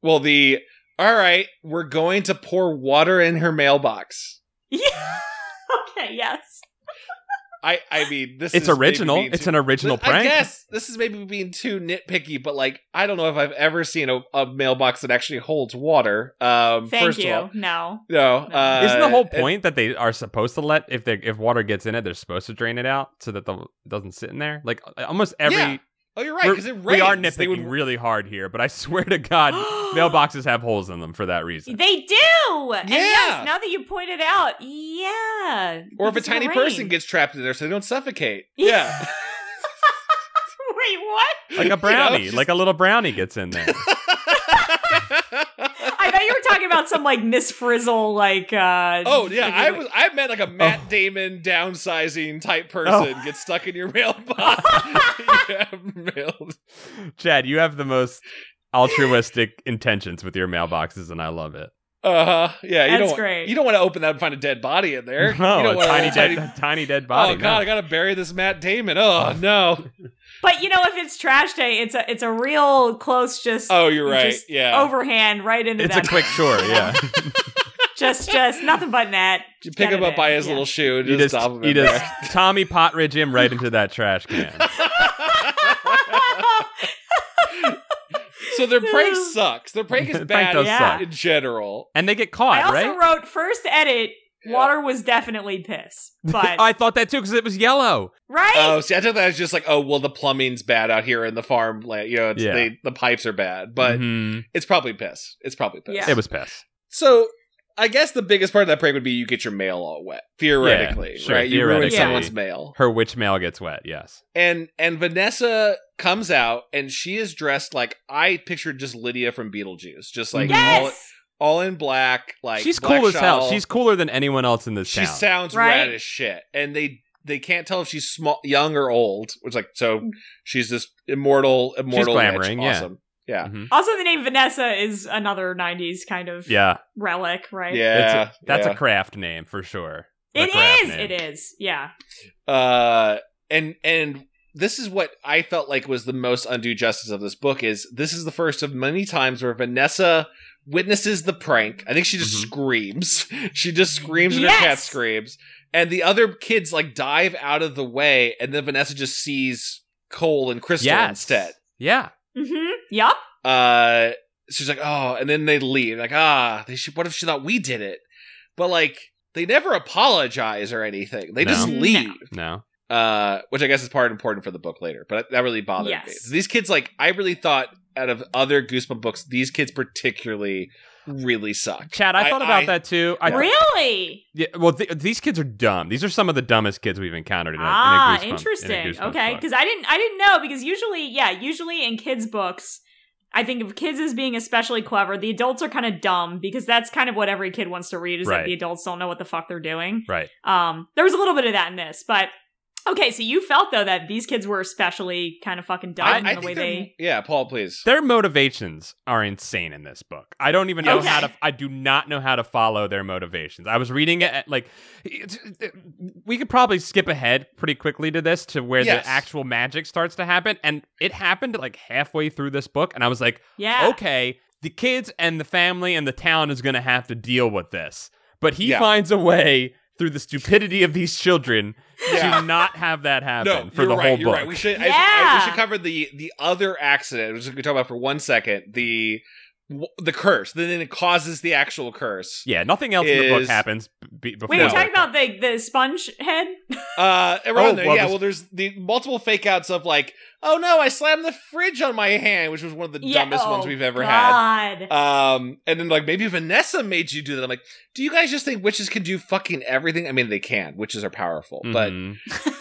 S1: Well, the all right, we're going to pour water in her mailbox.
S3: Yeah. okay. Yes.
S1: I I mean this
S2: It's
S1: is maybe
S2: original.
S1: being
S2: It's
S1: too-
S2: an original
S1: I
S2: prank.
S1: guess this is maybe being too nitpicky, but like I don't know if I've ever seen a, a mailbox that actually holds water. Um,
S3: Thank
S1: first
S3: you.
S1: of all,
S3: no.
S1: no.
S3: No.
S1: Uh,
S2: Isn't the whole
S1: and-
S2: point that they are supposed to let if they if water gets in it, they're supposed to drain it out so that the it doesn't sit in there? Like uh, almost every
S1: Yeah, Oh, you're right.
S2: we're-
S1: Because it rains.
S2: we are
S1: They
S2: nitpicking
S1: would-
S2: really hard here, but I swear to God, mailboxes have holes in them for that reason.
S3: They do. Yeah. And
S1: Yeah.
S3: yes, now that you point it out, yeah.
S1: or if a
S3: Because of the
S1: tiny
S3: rain.
S1: person gets trapped in there, so they don't suffocate. Yeah,
S3: Wait, what?
S2: Like a brownie, like a little brownie gets in there.
S3: I thought you were talking about some like Miss Frizzle, like. uh
S1: Oh yeah, I
S3: figure-
S1: was. I met
S2: Oh.
S1: like a Matt Damon downsizing type person get stuck in your mailbox. yeah, mailed.
S2: Chad, you have the most altruistic intentions with your mailboxes, and I love it.
S1: Uh huh. Yeah, you
S3: That's
S1: don't.
S3: great.
S1: You don't want to open that and find a dead body in there. you
S2: No,
S1: don't
S2: a
S1: want a
S2: tiny,
S1: little
S2: dead, a tiny dead body.
S1: oh
S2: no.
S1: god, I gotta bury this Matt Damon. Oh no.
S3: But you know, if it's trash day, it's a it's a real close, just
S1: Oh, you're right.
S3: Just
S1: yeah.
S3: overhand right into
S2: it's a
S3: that.
S2: quick chore. Yeah,
S3: just just nothing but net.
S1: you pick him
S3: Got it
S1: up by
S3: in,
S1: his
S3: yeah.
S1: little shoe and
S2: you
S1: just,
S2: just,
S1: stop him.
S2: you
S1: in
S2: just
S1: there.
S2: Tommy Potridge him right into that trash can.
S1: so their prank sucks. Their prank is
S2: Prank
S1: bad
S2: does
S3: Yeah.
S2: suck.
S1: in general.
S2: and they get
S3: I
S2: caught,
S3: also
S2: right?
S3: wrote first edit.
S1: Yeah.
S3: Water was definitely piss, but
S2: I thought that too because it was yellow.
S3: right?
S1: Oh, see, I took that as just like, oh, well, the plumbing's bad out here in the farm. Like, you know, it's,
S2: Yeah.
S1: they, the pipes are bad, but
S2: Mhm.
S1: it's probably piss. It's probably piss.
S3: Yeah.
S2: it was piss.
S1: So I guess the biggest part of that prank would be you get your mail all wet, theoretically,
S2: Yeah, sure,
S1: right? You ruin
S2: theoretically.
S1: someone's mail.
S2: Her witch mail gets wet. Yes.
S1: And and Vanessa comes out and she is dressed like I pictured just Lydia from Beetlejuice, just like all,
S3: yes.
S1: all in black. Like
S2: she's
S1: black
S2: cool as hell.
S1: shawl.
S2: She's cooler than anyone else in this
S1: she
S2: town.
S1: sounds
S3: Right?
S1: rad as shit, and they they can't tell if she's small, young or old. Which like so, she's this immortal, immortal, witch.
S2: glamoring, yeah.
S1: awesome. Yeah,
S2: Mhm.
S3: Also, the name Vanessa is another '90s kind of
S2: Yeah,
S3: relic, right?
S1: yeah,
S2: It's a- that's
S1: yeah.
S2: a craft name for sure.
S3: It
S2: A craft
S3: is.
S2: name.
S3: It is. Yeah.
S1: uh and and this is what i felt like was the most undue justice of this book is this is the first of many times where vanessa witnesses the prank i think she just
S2: Mhm.
S1: screams she just screams and
S3: Yes!
S1: her cat screams and the other kids like dive out of the way and then vanessa just sees cole and crystal
S2: Yes.
S1: instead
S2: Yeah.
S3: Mm-hmm. Yup.
S1: uh she's like oh and then they leave like ah they should what if she thought we did it but like they never apologize or anything they
S2: No.
S1: just
S3: No.
S1: leave
S2: No.
S1: uh, which I guess is part important for the book later, but that really bothered me.
S3: Yes.
S1: These kids, like, I really thought out of other Goosebump books, these kids particularly really suck.
S2: Chad, I,
S1: I-
S2: thought about
S1: I-
S2: that too. I
S3: Really?
S2: Yeah, well, th- these kids are dumb. These are some of the dumbest kids we've encountered. In a, in
S3: ah,
S2: a Goosebump- in a
S3: interesting.
S2: Goosebumps
S3: Okay,
S2: book.
S3: because I didn't. I didn't know because usually, yeah, usually in kids' books, I think of kids as being especially clever. The adults are kind of dumb because that's kind of what every kid wants to read is that
S2: Right.
S3: the adults don't know what the fuck they're doing.
S2: right?
S3: Um, there was a little bit of that in this, but okay. So you felt though that these kids were especially kind of fucking dumb
S1: I,
S3: in
S1: I
S3: the
S1: think
S3: way
S1: they're-
S3: they.
S1: yeah, Paul, please.
S2: Their motivations are insane in this book. I don't even know
S3: Okay.
S2: how to. I do not know how to follow their motivations. I was reading it at, like it's- we could probably skip ahead pretty quickly to this to where
S1: Yes.
S2: the actual magic starts to happen, and it happened like halfway through this book, and I was like,
S3: Yeah.
S2: okay, the kids and the family and the town is going to have to deal with this. But he
S1: Yeah.
S2: finds a way through the stupidity of these children
S1: Yeah.
S2: to not have that happen
S1: no,
S2: for
S1: you're
S2: the
S1: right,
S2: whole
S1: you're
S2: book.
S1: Right. We should I- I,
S3: Yeah.
S1: we should cover the the other accident, which we could talk about for one second. The w- the curse. Then it causes the actual curse.
S2: yeah, nothing else in the book
S1: Is-
S2: happens b- before.
S3: Wait, we are
S1: No.
S2: that.
S3: talking about the the sponge head?
S1: Uh, around
S2: Oh,
S1: there.
S2: well,
S1: yeah.
S2: this-
S1: Well, there's the multiple fake outs of like, oh no, I slammed the fridge on my hand, which was one of the dumbest ones we've ever had.
S3: oh, God.
S1: Um, and then like maybe Vanessa made you do that. I'm like, do you guys just think witches can do fucking everything? I mean, they can. Witches are powerful, but
S2: Mhm.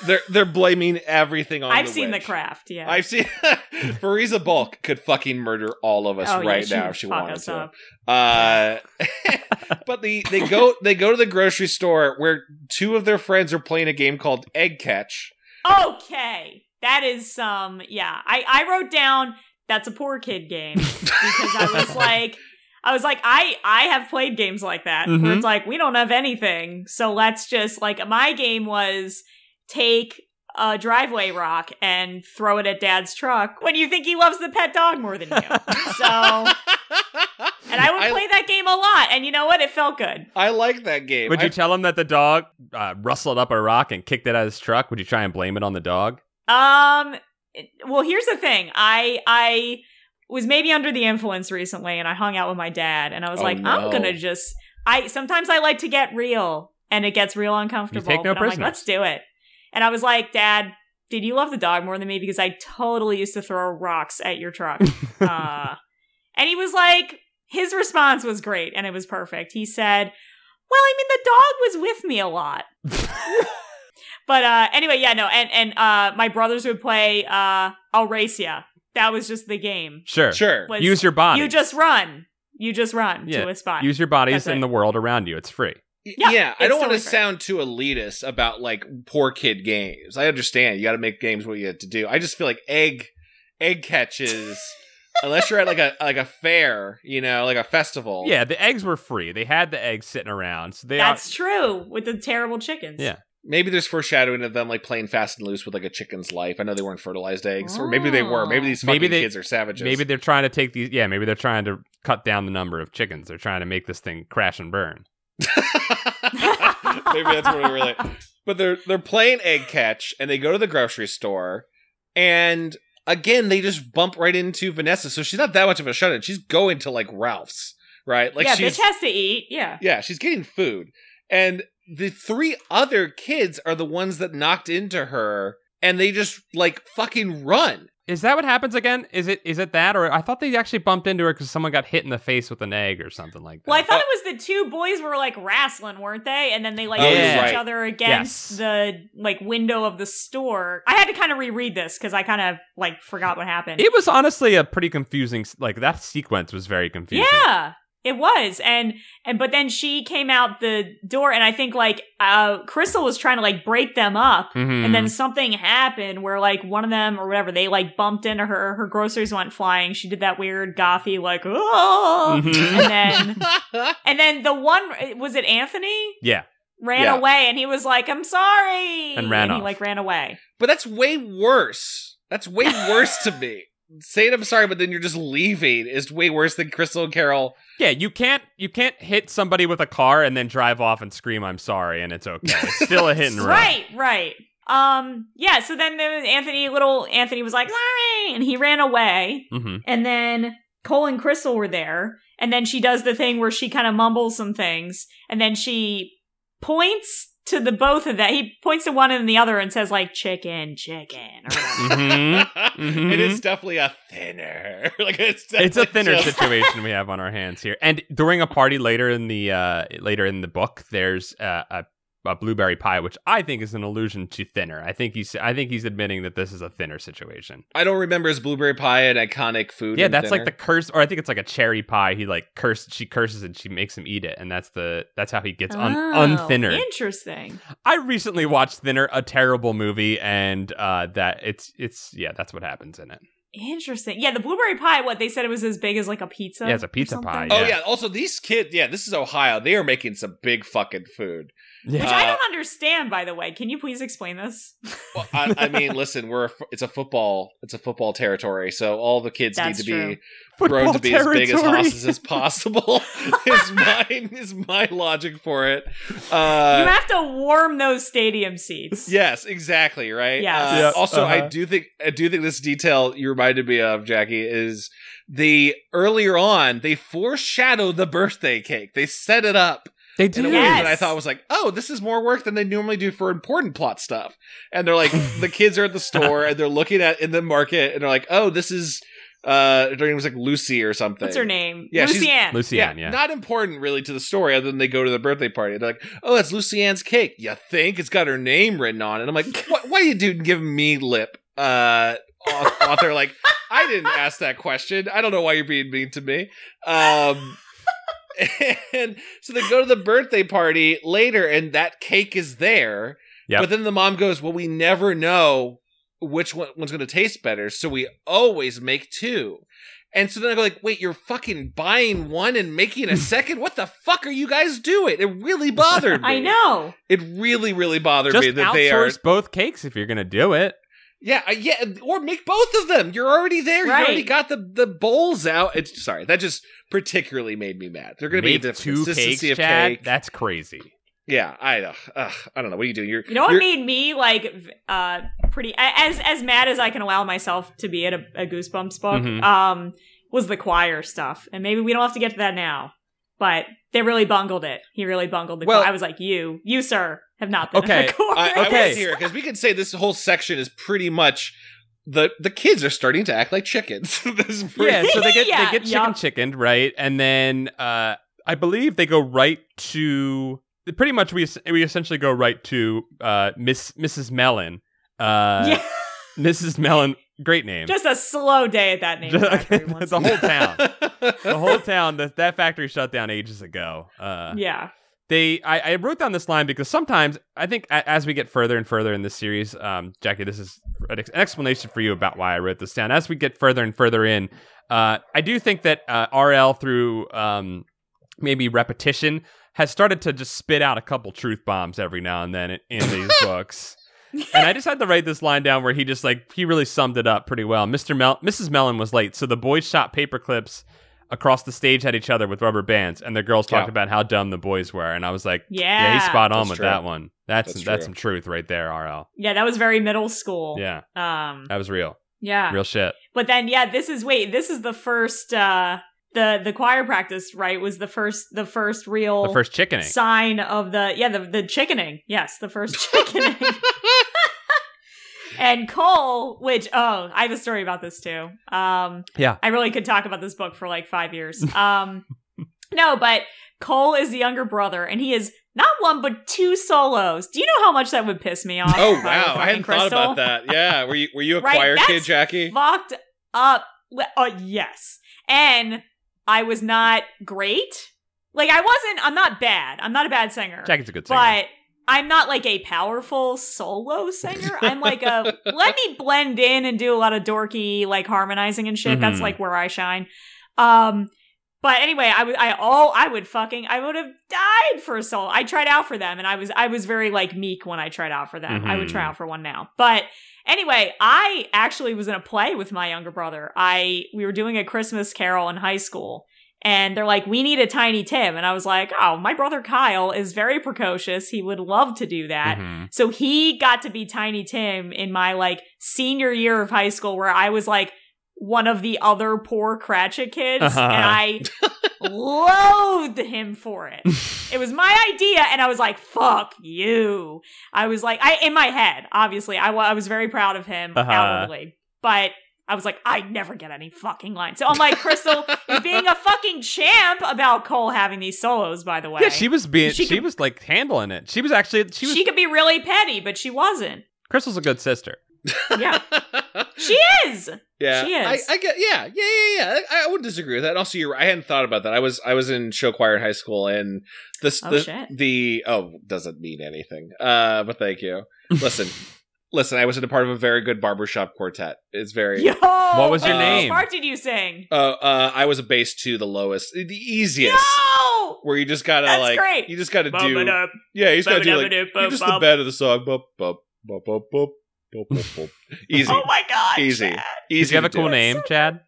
S1: they're they're blaming everything on.
S3: I've
S1: the
S3: seen
S1: witch.
S3: the craft. Yeah.
S1: I've seen Fariza Bulk could fucking murder all of us
S3: Oh, yeah,
S1: right
S3: she
S1: now
S3: would
S1: if she
S3: fuck
S1: wanted
S3: us
S1: to.
S3: up.
S1: Uh, but the they go they go to the grocery store where two of their friends are playing a game called Egg Catch.
S3: Okay, that is some. yeah, I I wrote down that's a poor kid game because I was like. I was like, I I have played games like that
S1: Mm-hmm.
S3: where
S2: Mhm.
S3: it's like we don't have anything, so let's just like my game was take a driveway rock and throw it at Dad's truck when you think he loves the pet dog more than you. so And I would play that game a lot. And you know what? It felt good.
S1: I like that game.
S2: Would
S1: I-
S2: you tell him that the dog uh, rustled up a rock and kicked it out of his truck? Would you try and blame it on the dog?
S3: Um, it- well, here's the thing. I I was maybe under the influence recently, and I hung out with my dad, and I was
S1: Oh,
S3: like,
S1: no.
S3: I'm gonna just. I sometimes I like to get real, and it gets real uncomfortable.
S2: no
S3: but I'm like,
S2: prisoners.
S3: let's do it. And I was like, Dad, did you love the dog more than me? Because I totally used to throw rocks at your truck. uh, and he was like, his response was great, and it was perfect. He said, "Well, I mean, the dog was with me a lot." But uh anyway, yeah, no, and and uh my brothers would play uh Alracia. That was just the game.
S2: Sure.
S1: Sure.
S3: Was
S2: Use your body.
S3: you just run. You just run
S2: Yeah,
S3: to a spot.
S2: Use your bodies
S3: That's it.
S2: and the world around you. It's free.
S1: Yeah,
S3: Yeah,
S1: I
S3: it's
S1: don't want to
S3: totally fair.
S1: sound too elitist about like poor kid games. I understand you got to make games what you have to do. I just feel like egg egg catches, unless you're at like a like a fair, you know, like a festival.
S2: Yeah, the eggs were free. They had the eggs sitting around. So they are-
S3: That's true with the terrible chickens.
S2: Yeah.
S1: Maybe there's foreshadowing of them like playing fast and loose with like a chicken's life. I know they weren't fertilized eggs, or maybe they were. Maybe these fucking
S2: Maybe they-
S1: kids are savages.
S2: maybe they're trying to take these. Yeah, maybe they're trying to cut down the number of chickens. They're trying to make this thing crash and burn.
S1: Maybe that's what we really. But they're they're playing egg catch, and they go to the grocery store, and again they just bump right into Vanessa. So she's not that much of a shut in. She's going to like Ralph's, right? Like
S3: yeah,
S1: she's
S3: bitch has to eat. Yeah.
S1: yeah, she's getting food, and the three other kids are the ones that knocked into her, and they just like fucking run.
S2: Is that what happens again? Is it is it that or I thought they actually bumped into her because someone got hit in the face with an egg or something like that.
S3: Well, I thought it was the two boys were like wrestling, weren't they? And then they like
S1: Oh,
S3: pushed
S2: yeah.
S1: right.
S3: each other against
S2: Yes.
S3: the like window of the store. I had to kind of reread this because I kind of like forgot what happened.
S2: it was honestly a pretty confusing. s- Like that sequence was very confusing.
S3: Yeah, it was, and and but then she came out the door, and I think like uh, Crystal was trying to like break them up,
S2: Mhm.
S3: and then something happened where like one of them or whatever they like bumped into her, her groceries went flying. She did that weird gothy like oh,
S2: Mhm.
S3: and then and then the one was it Anthony
S2: yeah,
S3: ran
S1: Yeah.
S3: away, and he was like I'm sorry,
S2: And ran
S3: he
S2: off.
S3: like ran away.
S1: But that's way worse. That's way worse to me. Saying I'm sorry, but then you're just leaving is way worse than Crystal and Carol.
S2: Yeah, you can't you can't hit somebody with a car and then drive off and scream "I'm sorry" and it's okay. It's still a hit and run.
S3: Right, right. Um, yeah. So then the Anthony, little Anthony, was like sorry, and he ran away.
S2: hmm
S3: And then Cole and Crystal were there. And then she does the thing where she kind of mumbles some things. And then she points to the both of that. He points to one and the other and says, like, chicken, chicken, or whatever.
S2: hmm
S1: It is definitely a thinner. like it's,
S2: It's a
S1: definitely
S2: thinner
S1: just-
S2: situation we have on our hands here. And during a party later in the uh, later in the book, there's uh, a a blueberry pie, which I think is an allusion to thinner. I think he's I think he's admitting that this is a thinner situation.
S1: I don't remember is blueberry pie an iconic food.
S2: yeah,
S1: and
S2: that's like
S1: thinner?
S2: the curse, or I think it's like a cherry pie. He like curse, she curses and she makes him eat it, and that's the that's how he gets un
S3: Oh,
S2: unthinner.
S3: Interesting.
S2: I recently watched Thinner, a terrible movie, and uh, that it's it's yeah, that's what happens in it.
S3: Interesting. Yeah, the blueberry pie, what they said it was as big as like a pizza.
S2: Yeah, it's a
S3: or
S2: pizza
S3: something?
S2: pie,
S1: Oh
S2: yeah.
S1: yeah. Also, these kids. Yeah, this is Ohio. They are making some big fucking food.
S3: Which
S2: Yeah,
S3: I
S1: Uh,
S3: don't understand, by the way. Can you please explain this?
S1: Well, I, I mean, listen, we're a, f- it's a football. It's a football territory, so all the kids
S3: That's
S1: need to
S3: true.
S1: be grown to be as
S2: Football
S1: big as
S2: territory.
S1: hosses as possible. is my is my logic for it.
S3: you
S1: Uh,
S3: have to warm those stadium seats.
S1: yes, exactly right.
S3: Yes.
S1: Uh,
S2: Yep,
S1: also, I
S2: uh-huh.
S1: do think I do think this detail you reminded me of, Jackie, is the earlier on they foreshadow the birthday cake. They set it up
S2: They
S1: in
S2: do.
S1: a way that I
S3: Yes.
S1: thought was like, oh, this is more work than they normally do for important plot stuff. And they're like, the kids are at the store and they're looking at in the market and they're like, oh, this is uh, her name was like Lucy or something.
S3: What's her name?
S1: Yeah, she's-
S3: Lucianne.
S2: Lucian, yeah.
S1: not important really to the story other than they go to the birthday party. They're like, oh, that's Lucianne's cake. You think it's got her name written on it? And I'm like, what? Why are you dude giving me lip? Uh, au- author, like, I didn't ask that question. I don't know why you're being mean to me. Um, and so they go to the birthday party later, and that cake is there.
S2: Yep.
S1: But then the mom goes, well, we never know which one, one's going to taste better, so we always make two. And so then I go like, wait, you're fucking buying one and making a second? What the fuck are you guys doing? It really bothered me.
S3: I know.
S1: It really, really bothered
S2: Just
S1: me that they are.
S2: outsource both cakes if you're gonna do it.
S1: Yeah, I- yeah, or make both of them. You're already there. You
S3: Right.
S1: already got the the bowls out. It's sorry, that just particularly made me mad. They're going to be a
S2: Make
S1: different
S2: two cakes,
S1: consistency of
S2: Chad.
S1: cake.
S2: That's crazy.
S1: yeah, I uh, ugh, I don't know. What are you doing? You're
S3: You know what
S1: you're-
S3: made me like v- uh pretty as as mad as I can allow myself to be at a, a Goosebumps book
S2: Mhm.
S3: um was the choir stuff, and maybe we don't have to get to that now, but they really bungled it. He really bungled the.
S1: Well-
S3: choir. I was like, you, you sir, have not been
S2: Okay,
S3: at the choir.
S1: I, I
S2: Okay.
S1: was here because we could say this whole section is pretty much the the kids are starting to act like chickens. this is pretty
S2: Yeah, so they get
S3: Yeah,
S2: they get
S3: yup.
S2: chicken chickened, right? And then uh I believe they go right to pretty much we es- we essentially go right to uh Miss Mrs. Mellon. Uh
S3: yeah,
S2: Mrs. Mellon, great name.
S3: just a slow day at that name. factory once
S2: the
S3: in a
S2: whole town.
S1: the
S2: The whole town, that that factory shut down ages ago. Uh
S3: while. yeah,
S2: they I, I wrote down this line because sometimes i think a- as we get further and further in this series um, jackie this is an ex- an explanation for you about why i wrote this down as we get further and further in uh, i do think that uh, rl through um, maybe repetition has started to just spit out a couple truth bombs every now and then in, in these books and i just had to write this line down where he just like he really summed it up pretty well mr mel mrs mellon was late so the boys shot paper clips across the stage at each other with rubber bands and the girls talked
S1: Yeah.
S2: about how dumb the boys were and i was like
S3: yeah,
S2: yeah, he's spot on
S1: That's
S2: with
S1: true.
S2: that one. That's
S1: That's
S2: that's,
S1: true.
S2: some truth right there, RL.
S3: Yeah, that was very middle school.
S2: Yeah,
S3: um,
S2: that was real,
S3: yeah.
S2: real shit.
S3: But then yeah, this is wait, this is the first uh the the choir practice, right? Was the first the first real
S2: The first chickening.
S3: sign of the yeah, the the chickening. Yes, the first chickening. and Cole, which oh, I have a story about this too. Um
S2: Yeah.
S3: I really could talk about this book for like 5 years. Um no, but Cole is the younger brother and he is not one but two solos. Do you know how much that would piss me off?
S1: Oh
S3: if I were
S1: wow, I
S3: fucking
S1: hadn't thought
S3: Crystal?
S1: about that. Yeah, were you were you a
S3: Right,
S1: choir kid,
S3: that's
S1: Jackie?
S3: fucked up. Le- Uh, yes. And I was not great. Like, I wasn't, I'm not bad. I'm not a bad singer.
S2: Jackie's a good singer.
S3: but I'm not like a powerful solo singer. I'm like a, let me blend in and do a lot of dorky, like harmonizing and shit. That's
S2: Mhm.
S3: like where I shine. Um, but anyway, I would, I all, I would fucking, I would have died for a solo. I tried out for them and I was, I was very like meek when I tried out for them. I would
S2: Mhm.
S3: try out for one now. But anyway, I actually was in a play with my younger brother. I, we were doing a Christmas carol in high school and they're like, we need a Tiny Tim. And I was like, oh, my brother Kyle is very precocious. He would love to do that.
S2: Mhm.
S3: So he got to be Tiny Tim in my like senior year of high school, where I was like one of the other poor Cratchit kids,
S2: Uh-huh.
S3: and I loathed him for it. It was my idea, and I was like, "Fuck you!" I was like, I in my head, obviously, I, wa- I was very proud of him
S2: Uh-huh.
S3: outwardly, but. I was like, I never get any fucking lines. So I'm like, Crystal is being a fucking champ about Cole having these solos, by the way.
S2: yeah, she was being
S3: She
S2: she,
S3: could-
S2: was like handling it. She was actually she was
S3: she could be really petty, but she wasn't.
S2: Crystal's a good sister.
S3: Yeah. She is.
S1: yeah,
S3: she is.
S1: I, I get. Yeah, yeah, yeah, yeah. I, I wouldn't disagree with that. And also, you're. I hadn't thought about that. I was. I was in show choir in high school, and this.
S3: Oh,
S1: the,
S3: shit.
S1: the oh doesn't mean anything. Uh, but thank you. Listen, listen. I was in a part of a very good barbershop quartet. It's very.
S3: Yo, what
S2: was
S1: your name?
S3: What part did you sing?
S1: Uh, uh, I was a bass two, the lowest, the easiest.
S3: No.
S1: Where you just gotta
S3: That's
S1: like,
S3: great.
S1: you just gotta do,
S3: Ba-ba-da,
S1: yeah, you just gotta do like,
S3: ba-ba-da,
S1: you're just the
S3: ba-ba.
S1: bed of the song. Bop, bop, bop, bop, bop, bop, bop, bop. Easy,
S3: Oh my god.
S1: Easy.
S3: Chad.
S1: easy.
S2: Did you have
S1: to
S2: a cool
S1: do.
S2: name, Chad?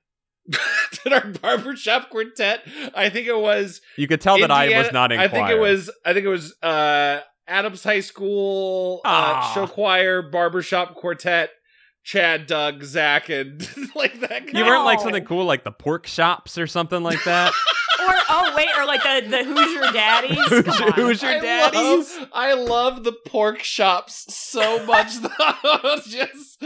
S1: did our barbershop quartet. I think it was
S2: You could tell that I was
S1: Indiana-
S2: not in
S1: I think it
S2: choir.
S1: was I think it was uh Adams High School uh,
S2: Ah.
S1: show choir barbershop quartet. Chad, Doug, Zach, and like that.
S2: You weren't like
S3: No.
S2: something cool like the pork shops or something like that.
S3: Or oh wait, or like the the Who's Your Daddies?
S2: Who's
S3: Come
S2: your-
S3: on.
S2: who's your-
S1: I
S2: daddies.
S1: Love, I love the pork shops so much. though. Just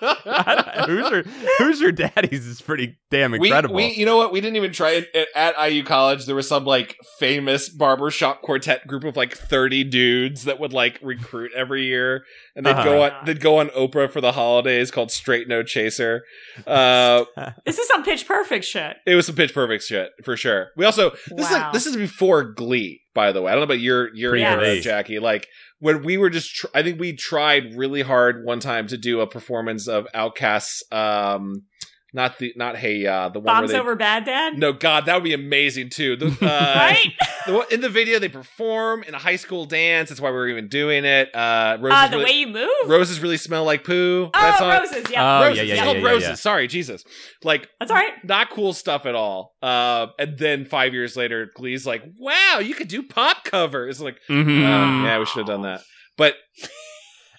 S2: who's your Who's your daddies is pretty damn incredible.
S1: We, we, you know what? We didn't even try it at, at IU College. There was some like famous barbershop quartet group of like thirty dudes that would like recruit every year, and they'd go
S3: Uh-huh.
S1: on they'd go on Oprah for the holidays called Straight No Chaser. Uh,
S3: This is some Pitch Perfect shit.
S1: it was some Pitch Perfect shit for sure. We also this is
S3: Wow.
S1: like, this is before Glee, by the way. I don't know about your your
S2: Yeah.
S1: era,
S2: Yes.
S1: Jackie. Like when we were just, tr- I think we tried really hard one time to do a performance of Outcasts. Um, not the not hey uh, the one where
S3: Bombs
S1: they
S3: over Bad Dad.
S1: no, God, that would be amazing too. The, uh,
S3: Right?
S1: the one- in the video, they perform in a high school dance. That's why we were even doing it. Uh, roses,
S3: Uh, the
S1: really,
S3: way you move.
S1: roses really smell like poo. That's Uh,
S3: oh,
S1: on
S3: roses. Yeah.
S2: Oh,
S1: roses.
S2: yeah, yeah,
S1: it's
S2: yeah,
S1: called
S2: yeah, yeah.
S1: roses. Sorry, Jesus. Like
S3: That's all right.
S1: not cool stuff at all. Uh, and then five years later, Glee's like, "Wow, you could do pop covers." Like,
S3: Mm-hmm. Mm.
S2: Mhm.
S1: um, yeah, we should have done that. But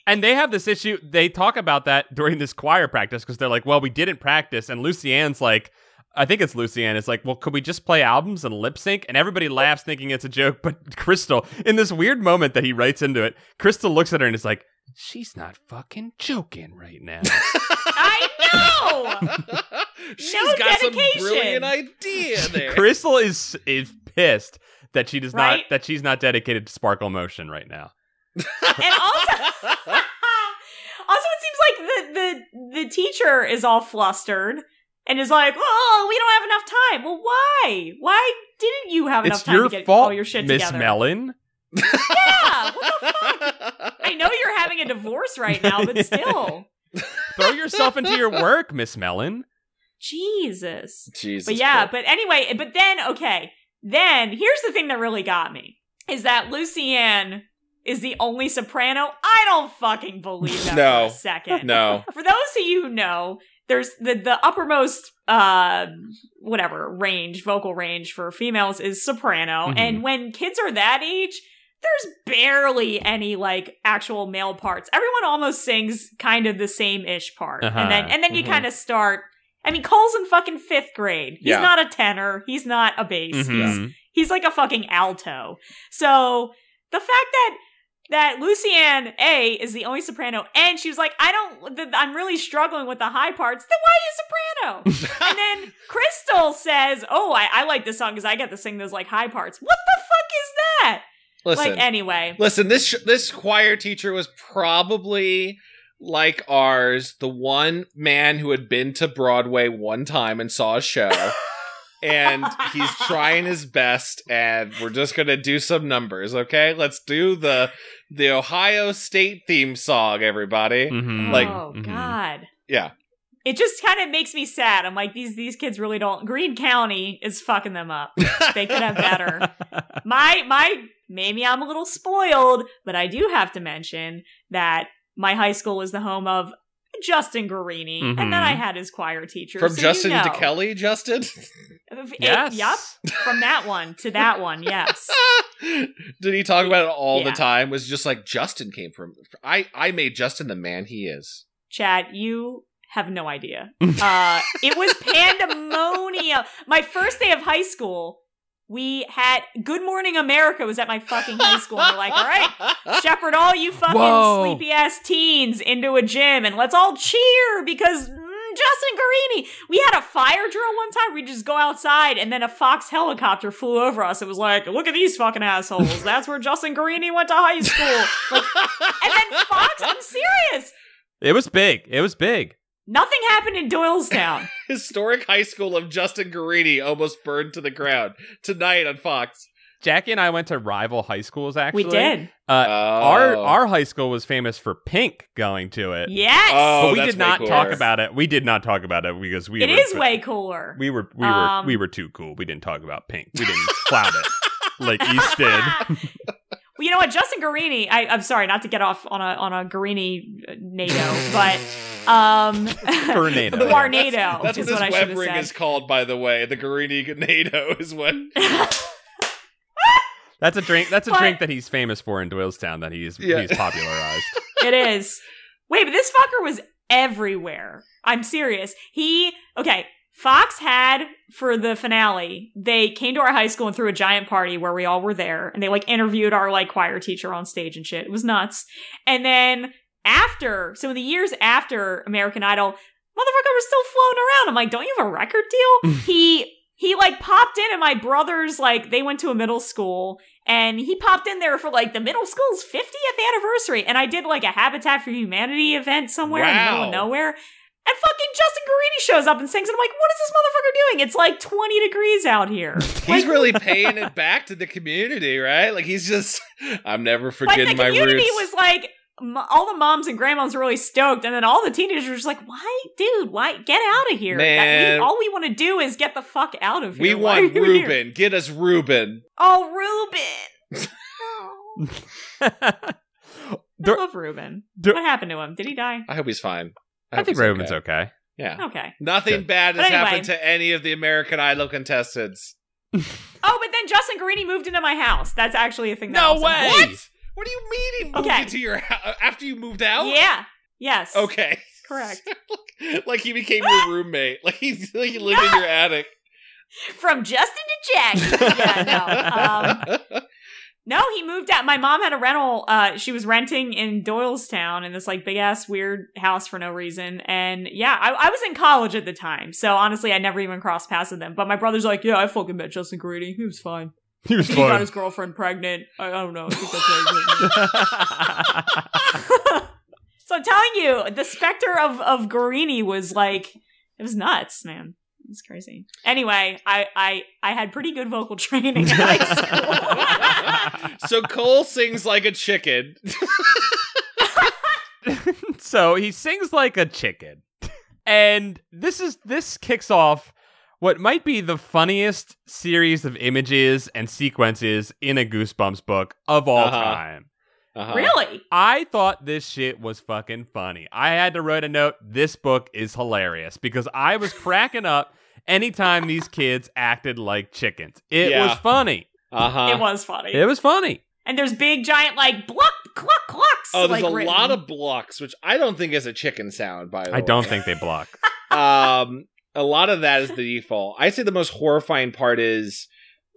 S2: And they have this issue. They talk about that during this choir practice because they're like, well, we didn't practice. And Lucianne's like, I think it's Lucianne. It's like, well, could we just play albums and lip sync? And everybody laughs thinking it's a joke. But Crystal, in this weird moment that he writes into it, Crystal looks at her and is like, she's not fucking joking right now.
S3: I know.
S1: she's
S3: No
S1: got
S3: dedication.
S1: some brilliant idea there.
S2: Crystal is is pissed that she does
S3: Right?
S2: not that she's not dedicated to Sparkle Motion right now.
S3: And also, also, it seems like the the the teacher is all flustered and is like, "Oh, we don't have enough time." Well, why? Why didn't you have enough
S2: it's
S3: time
S2: your
S3: to get
S2: fault,
S3: all your shit
S2: Miss
S3: together?
S2: Mellon.
S3: Yeah. What the fuck? I know you're having a divorce right now, but still,
S2: Throw yourself into your work, Miss Mellon.
S3: Jesus.
S1: Jesus.
S3: But yeah,
S1: Christ.
S3: but anyway, but then okay, then here's the thing that really got me is that Lucianne is the only soprano. I don't fucking believe that
S1: No.
S3: for a second.
S1: no.
S3: For those of you who know, there's the the uppermost uh whatever range, vocal range for females is soprano,
S2: Mhm.
S3: and when kids are that age. There's barely any like actual male parts. Everyone almost sings kind of the same ish part,
S2: Uh-huh.
S3: and then and then you
S1: Mhm.
S3: kind of start I mean, Cole's in fucking fifth grade. He's
S1: Yeah.
S3: not a tenor. He's not a bass. He's,
S2: Mhm.
S3: he's like a fucking alto. So the fact that that Lucianne A is the only soprano, and she was like, I don't, th- I'm really struggling with the high parts. Then why are you soprano? and then Crystal says, Oh, I, I like this song because I get to sing those like high parts. What the fuck is that?
S1: Listen.
S3: Like anyway,
S1: Listen, this sh- this choir teacher was probably like ours, the one man who had been to Broadway one time and saw a show. and he's trying his best and we're just going to do some numbers, okay? Let's do the the Ohio State theme song everybody.
S2: Mhm.
S1: Mm, Like- mm-hmm.
S3: oh
S2: Mhm.
S3: god.
S1: Yeah.
S3: It just kind of makes me sad. I'm like, these these kids really don't. Green County is fucking them up. They could have better. My my maybe I'm a little spoiled, but I do have to mention that my high school was the home of Justin Guarini,
S2: Mhm.
S3: and then I had his choir teacher
S1: Mm-hmm. From
S3: so you
S1: Justin
S3: know.
S1: to Kelly, Justin?
S3: It-
S2: Yes.
S3: Yup. From that one to that one, yes.
S1: Did he talk about it all
S3: Yeah.
S1: the time? Was just like Justin came from I I made Justin the man he is.
S3: Chad, you have no idea. Uh, it was pandemonium. My first day of high school, we had Good Morning America was at my fucking high school. And we're like, all right, shepherd all you fucking
S2: Whoa.
S3: sleepy ass teens into a gym and let's all cheer because mm, Justin Guarini. We had a fire drill one time. We just go outside and then a Fox helicopter flew over us. It was like, look at these fucking assholes. That's where Justin Guarini went to high school. Like, and then Fox, I'm serious.
S2: It was big. It was big.
S3: Nothing happened in Doylestown.
S1: historic high school of Justin Guarini almost burned to the ground tonight on Fox.
S2: Jackie and I went to rival high schools. Actually,
S3: we did.
S2: Uh, Our
S1: Oh.
S2: our high school was famous for Pink going to it,
S3: Yes.
S1: Oh,
S2: but we
S1: that's
S2: did
S1: way
S2: not
S1: cooler.
S2: talk about it. We did not talk about it because we
S3: it
S2: were,
S3: is way cooler.
S2: we were we were
S3: Um,
S2: we were too cool. We didn't talk about Pink. We didn't flout it like East did.
S3: we you know what? Justin Garini. I, I'm sorry, not to get off on a on a Garini NATO, but um,
S2: Tornado.
S3: Barnado
S1: That's, that's
S3: is
S1: what
S3: what I
S1: this
S3: should
S1: web
S3: have
S1: ring
S3: said.
S1: is called, by the way. The Garini NATO is what.
S2: That's a drink. That's a
S3: But-
S2: drink that he's famous for in Doylestown. That he's
S1: Yeah.
S2: he's popularized.
S3: it is. Wait, but this fucker was everywhere. I'm serious. He okay. Fox had for the finale. They came to our high school and threw a giant party where we all were there, and they like interviewed our like choir teacher on stage and shit. It was nuts. And then after, so in the years after American Idol, motherfucker was still floating around. I'm like, don't you have a record deal? he he like popped in, and my brothers like they went to a middle school, and he popped in there for like the middle school's 50th anniversary. And I did like a Habitat for Humanity event somewhere in the middle
S1: Wow.
S3: of nowhere. And fucking Justin Guarini shows up and sings, and I'm like, what is this motherfucker doing? It's like 20 degrees out here.
S1: He's really paying it back to the community, right? Like he's just. I'm never
S3: But
S1: forgetting
S3: the
S1: my
S3: community
S1: roots.
S3: was like, m- all the moms and grandmoms were really stoked, and then all the teenagers were just like, "Why, dude? Why get out of here? That- we-
S1: Man.
S3: all we want to do is get the fuck out of here.
S1: we
S3: Why
S1: want
S3: are you here?"
S1: Ruben. Get us Ruben.
S3: Oh, Ruben. Oh, I
S2: Dur-
S3: love Ruben.
S2: Dur-
S3: what happened to him? Did he die?
S1: I hope he's fine.
S2: I
S1: hope
S2: think
S1: he's
S2: Ruben's okay.
S1: Yeah.
S3: Okay.
S1: Nothing
S2: Good.
S1: bad has
S3: Oh. But anyway.
S1: happened to any of the American Idol contestants.
S3: Oh, but then Justin Guarini moved into my house. That's actually a thing. That was-
S1: What? What do you mean he moved
S3: Okay.
S1: into your house after you moved out?
S3: Yeah. Yes.
S1: Okay.
S3: Correct.
S1: like he became your roommate. Like he, like he lived in your attic.
S3: From Justin to Jack. yeah. No. Um, No, he moved out. My mom had a rental. Uh, she was renting in Doylestown in this like big ass weird house for no reason. And yeah, I, I was in college at the time, so honestly, I never even crossed paths with them. But my brother's like, yeah, I fucking met Justin Grady. He was fine.
S2: He was
S3: He got
S2: fun.
S3: his girlfriend pregnant. I, I don't know. I think that's what I did. so I'm telling you, the specter of of Guarini was like, it was nuts, man. It was crazy. Anyway, I I I had pretty good vocal training in high school.
S1: so Cole sings like a chicken.
S2: so he sings like a chicken. And this is this kicks off what might be the funniest series of images and sequences in a Goosebumps book of all
S1: Uh-huh.
S2: time.
S1: Uh-huh.
S3: really?
S2: I thought this shit was fucking funny. I had to write a note. This book is hilarious because I was cracking up anytime these kids acted like chickens. It
S1: Yeah.
S2: was funny.
S1: Uh-huh.
S3: it was funny.
S2: It was funny.
S3: and there's big giant like block cluck clucks.
S1: Oh, there's
S3: like,
S1: a
S3: written.
S1: lot of blocks, which I don't think is a chicken sound, by the way.
S2: I don't think they block.
S1: um a lot of that is the default i'd say the most horrifying part is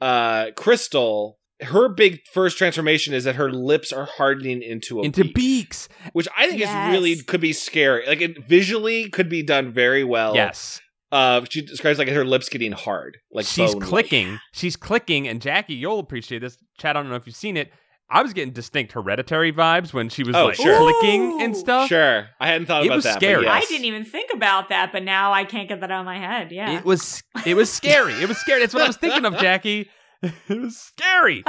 S1: uh crystal her big first transformation is that her lips are hardening into a
S2: Into
S1: beak,
S2: beaks.
S1: which i think
S3: Yes.
S1: is really could be scary like it visually could be done very well
S2: Yes.
S1: uh she describes like her lips getting hard like
S2: she's
S1: bone-
S2: clicking. She's clicking, and Jackie, you'll appreciate this. Chad, I don't know if you've seen it. I was getting distinct hereditary vibes when she was
S1: Oh,
S2: like
S1: sure.
S2: clicking and
S3: Ooh.
S2: stuff.
S1: sure i hadn't thought
S2: It
S1: about
S2: was
S1: that but
S2: scary.
S1: yes.
S3: I didn't even think about that, but now I can't get that out of my head. Yeah.
S2: It was it was scary. It was scary. That's what I was thinking of, Jackie. It was scary.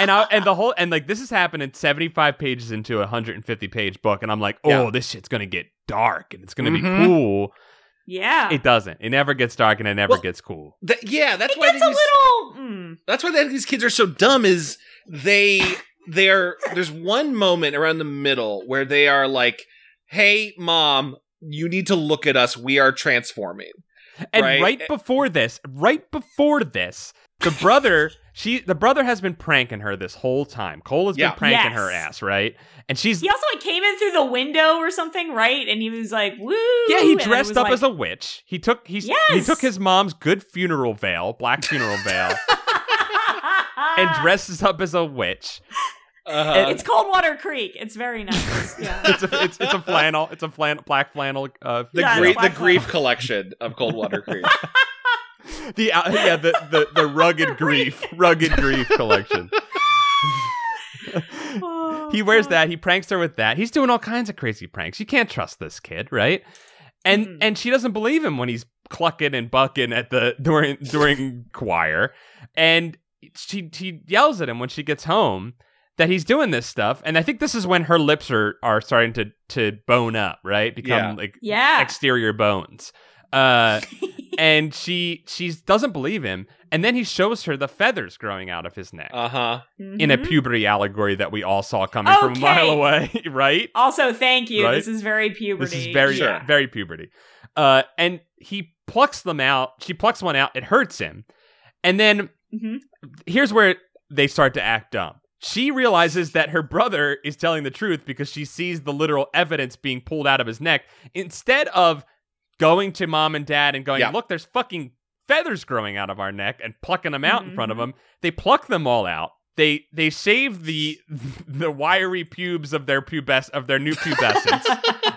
S2: And I and the whole and like this has happened in 75 pages into a 150 page book, and I'm like, oh,
S1: Yeah.
S2: this shit's gonna get dark and it's gonna
S1: Mhm.
S2: be cool.
S3: yeah.
S2: It doesn't. It never gets dark and it never
S1: Well,
S2: gets cool.
S1: That- yeah that's
S3: It
S1: why I
S3: gets a
S1: think these-
S3: little. Mm,
S1: that's why these kids are so dumb is they they're there's one moment around the middle where they are like hey mom you need to look at us we are transforming
S2: And
S1: right? Eh
S2: right, before this, right before this, the brother, she, the brother has been pranking her this whole time. Cole has
S1: Yeah.
S2: been pranking her
S3: Yes.
S2: ass, right? And she's
S3: he also like came in through the window or something, right? And he was like, "Woo!"
S2: yeah, he
S3: and I
S2: dressed
S3: was
S2: up
S3: like,
S2: as a witch. He took he's he
S3: Yes.
S2: took his mom's good funeral veil, black funeral veil, and dresses up as a witch.
S1: uh,
S3: It's Coldwater Creek. It's very nice. Yeah.
S2: It's a it's, it's a flannel. It's a flannel, black flannel. Uh,
S1: the,
S3: yeah,
S2: veil.
S1: grie-
S3: it's
S1: the
S3: black
S1: grief collection of coldwater creek
S2: the uh, yeah the, the the rugged grief, rugged grief collection. he wears that. He pranks her with that. He's doing all kinds of crazy pranks. You can't trust this kid, right? And
S3: Mhm.
S2: and she doesn't believe him when he's clucking and bucking at the during during choir, and she she yells at him when she gets home that he's doing this stuff. And I think this is when her lips are are starting to to bone up, right? Become
S1: Yeah.
S2: like
S3: Yeah.
S2: exterior bones. Uh, and she she doesn't believe him. And then he shows her the feathers growing out of his neck
S1: Uh huh.
S2: in a
S3: Mm-hmm.
S2: puberty allegory that we all saw coming from a
S3: Okay.
S2: mile away, right?
S3: Also, thank you.
S2: Right?
S3: This is very puberty.
S2: This is very
S1: Sure.
S2: very puberty. Uh, and he plucks them out. She plucks one out. It hurts him. And then
S3: Mhm.
S2: here's where they start to act dumb. She realizes that her brother is telling the truth because she sees the literal evidence being pulled out of his neck instead of going to mom and dad and going,
S1: Yeah.
S2: "Look, there's fucking feathers growing out of our neck," and plucking them out in front of
S3: Mhm.
S2: them. They pluck them all out. They they shave the the wiry pubes of their pubes of their new pubescence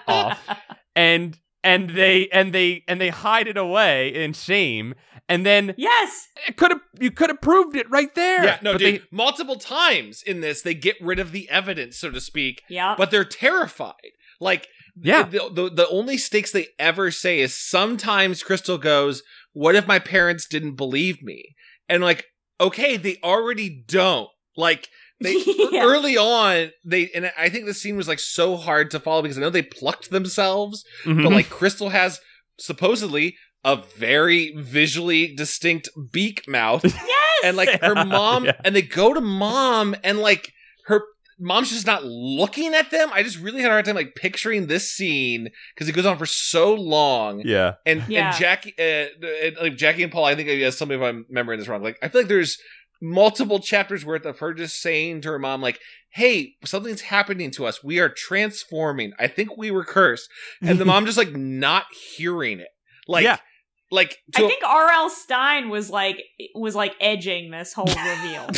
S2: off and and they and they and they hide it away in shame and then
S3: yes.
S2: it could have you could have proved it right there
S1: Yeah, no,
S2: But
S1: dude. multiple times in this, they get rid of the evidence, so to speak,
S3: Yeah.
S1: but they're terrified. Like,
S2: Yeah.
S1: the, the the only stakes they ever say is sometimes Crystal goes, "What if my parents didn't believe me?" And like, okay, they already don't. Like, they
S3: Yeah.
S1: early on, they and I think the scene was like so hard to follow because I know they plucked themselves,
S2: they, Mhm.
S1: but like Crystal has supposedly a very visually distinct beak mouth
S3: yes.
S1: and like her
S2: Yeah,
S1: mom
S2: yeah.
S1: and they go to mom and like her mom's just not looking at them i just really had a hard time like picturing this scene because it goes on for so long
S2: yeah
S1: and
S3: Yeah.
S1: and jackie uh, and, like jackie and paul i think uh, yes, tell me if i'm remembering this wrong like i feel like there's multiple chapters worth of her just saying to her mom like hey something's happening to us we are transforming i think we were cursed and the mom just like not hearing it like
S2: Yeah.
S1: like
S3: I
S1: to a-
S3: think R.L. Stein was like was like edging this whole reveal.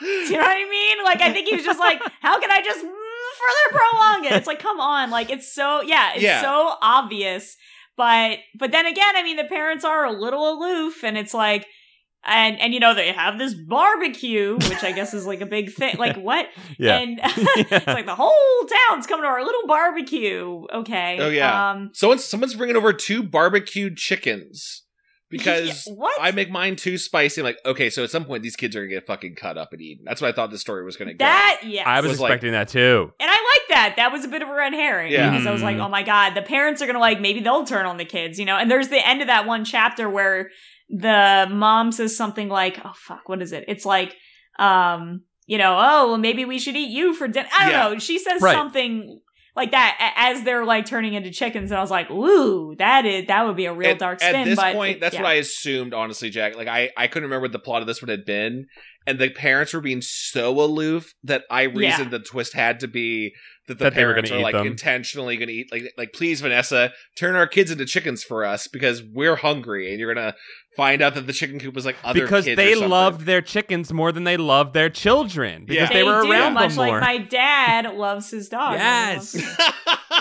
S3: Do you know what I mean? Like, I think he was just like, how can I just mm, further prolong it? It's like, come on, like it's so yeah, it's
S1: Yeah.
S3: so obvious. But but then again, I mean, the parents are a little aloof, and it's like, and and you know they have this barbecue, which I guess is like a big thing. Like what?
S2: yeah
S3: And it's like the whole town's coming to our little barbecue. Okay.
S1: Oh, yeah.
S3: Um,
S1: Someone, someone's bringing over two barbecued chickens because
S3: what?
S1: I make mine too spicy. I'm like, okay, so at some point these kids are gonna get fucking cut up and eaten. That's what I thought the story was gonna go.
S3: that yes.
S2: i was,
S1: was like-
S2: expecting that too
S3: And I like that. That was a bit of a red herring.
S1: Yeah.
S3: Because I was like,
S2: Mhm.
S3: oh my God, the parents are going to like, maybe they'll turn on the kids, you know? And there's the end of that one chapter where the mom says something like, oh fuck, what is it? It's like, um, you know, oh, well, maybe we should eat you for dinner. I don't
S1: Yeah.
S3: know. She says
S2: Right.
S3: something like that a- as they're like turning into chickens. And I was like, ooh, that is, that would be a real
S1: At-
S3: dark
S1: at,
S3: spin.
S1: this
S3: but
S1: point, that's
S3: yeah.
S1: what I assumed, honestly, Jack. Like I, I couldn't remember what the plot of this one had been, and the parents were being so aloof that I reasoned the twist had to be that the
S2: That they were
S1: parents
S2: gonna
S1: are
S2: eat
S1: like
S2: them.
S1: intentionally gonna eat like like please, Vanessa, turn our kids into chickens for us because we're hungry and you're gonna find out that the chicken coop was like other
S2: because
S1: kids or
S2: they
S1: something.
S2: loved their chickens more than they loved their children because
S1: Yeah.
S2: they, were
S3: do,
S2: around
S3: much
S2: them
S3: like
S2: more
S3: my dad loves his dog.
S2: Yes.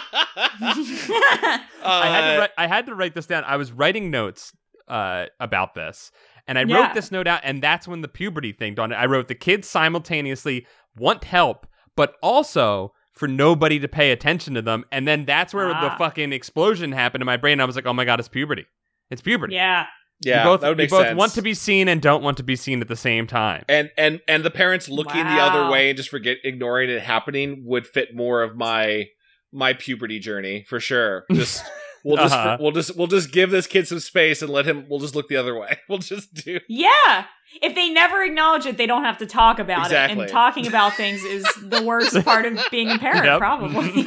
S1: Uh,
S2: I had, to write, I had to write this down. I was writing notes uh, about this, and I
S3: Yeah.
S2: wrote this note out, and that's when the puberty thing dawned. I wrote the kids simultaneously want help, but also for nobody to pay attention to them, and then that's where
S3: Ah.
S2: the fucking explosion happened in my brain. I was like, oh my god, it's puberty. It's puberty.
S3: yeah.
S1: Yeah,
S2: you both,
S1: that would
S2: you
S1: make
S2: both
S1: sense.
S2: want to be seen and don't want to be seen at the same time.
S1: and and and the parents looking the other
S3: Wow.
S1: way and just forget ignoring it happening would fit more of my my puberty journey for sure. Just we'll just
S2: Uh-huh.
S1: we'll just we'll just give this kid some space and let him. We'll just look the other way. We'll just do.
S3: Yeah. If they never acknowledge it, they don't have to talk about it.
S1: Exactly.
S3: And talking about things is the worst part of being a parent,
S2: Yep.
S3: probably.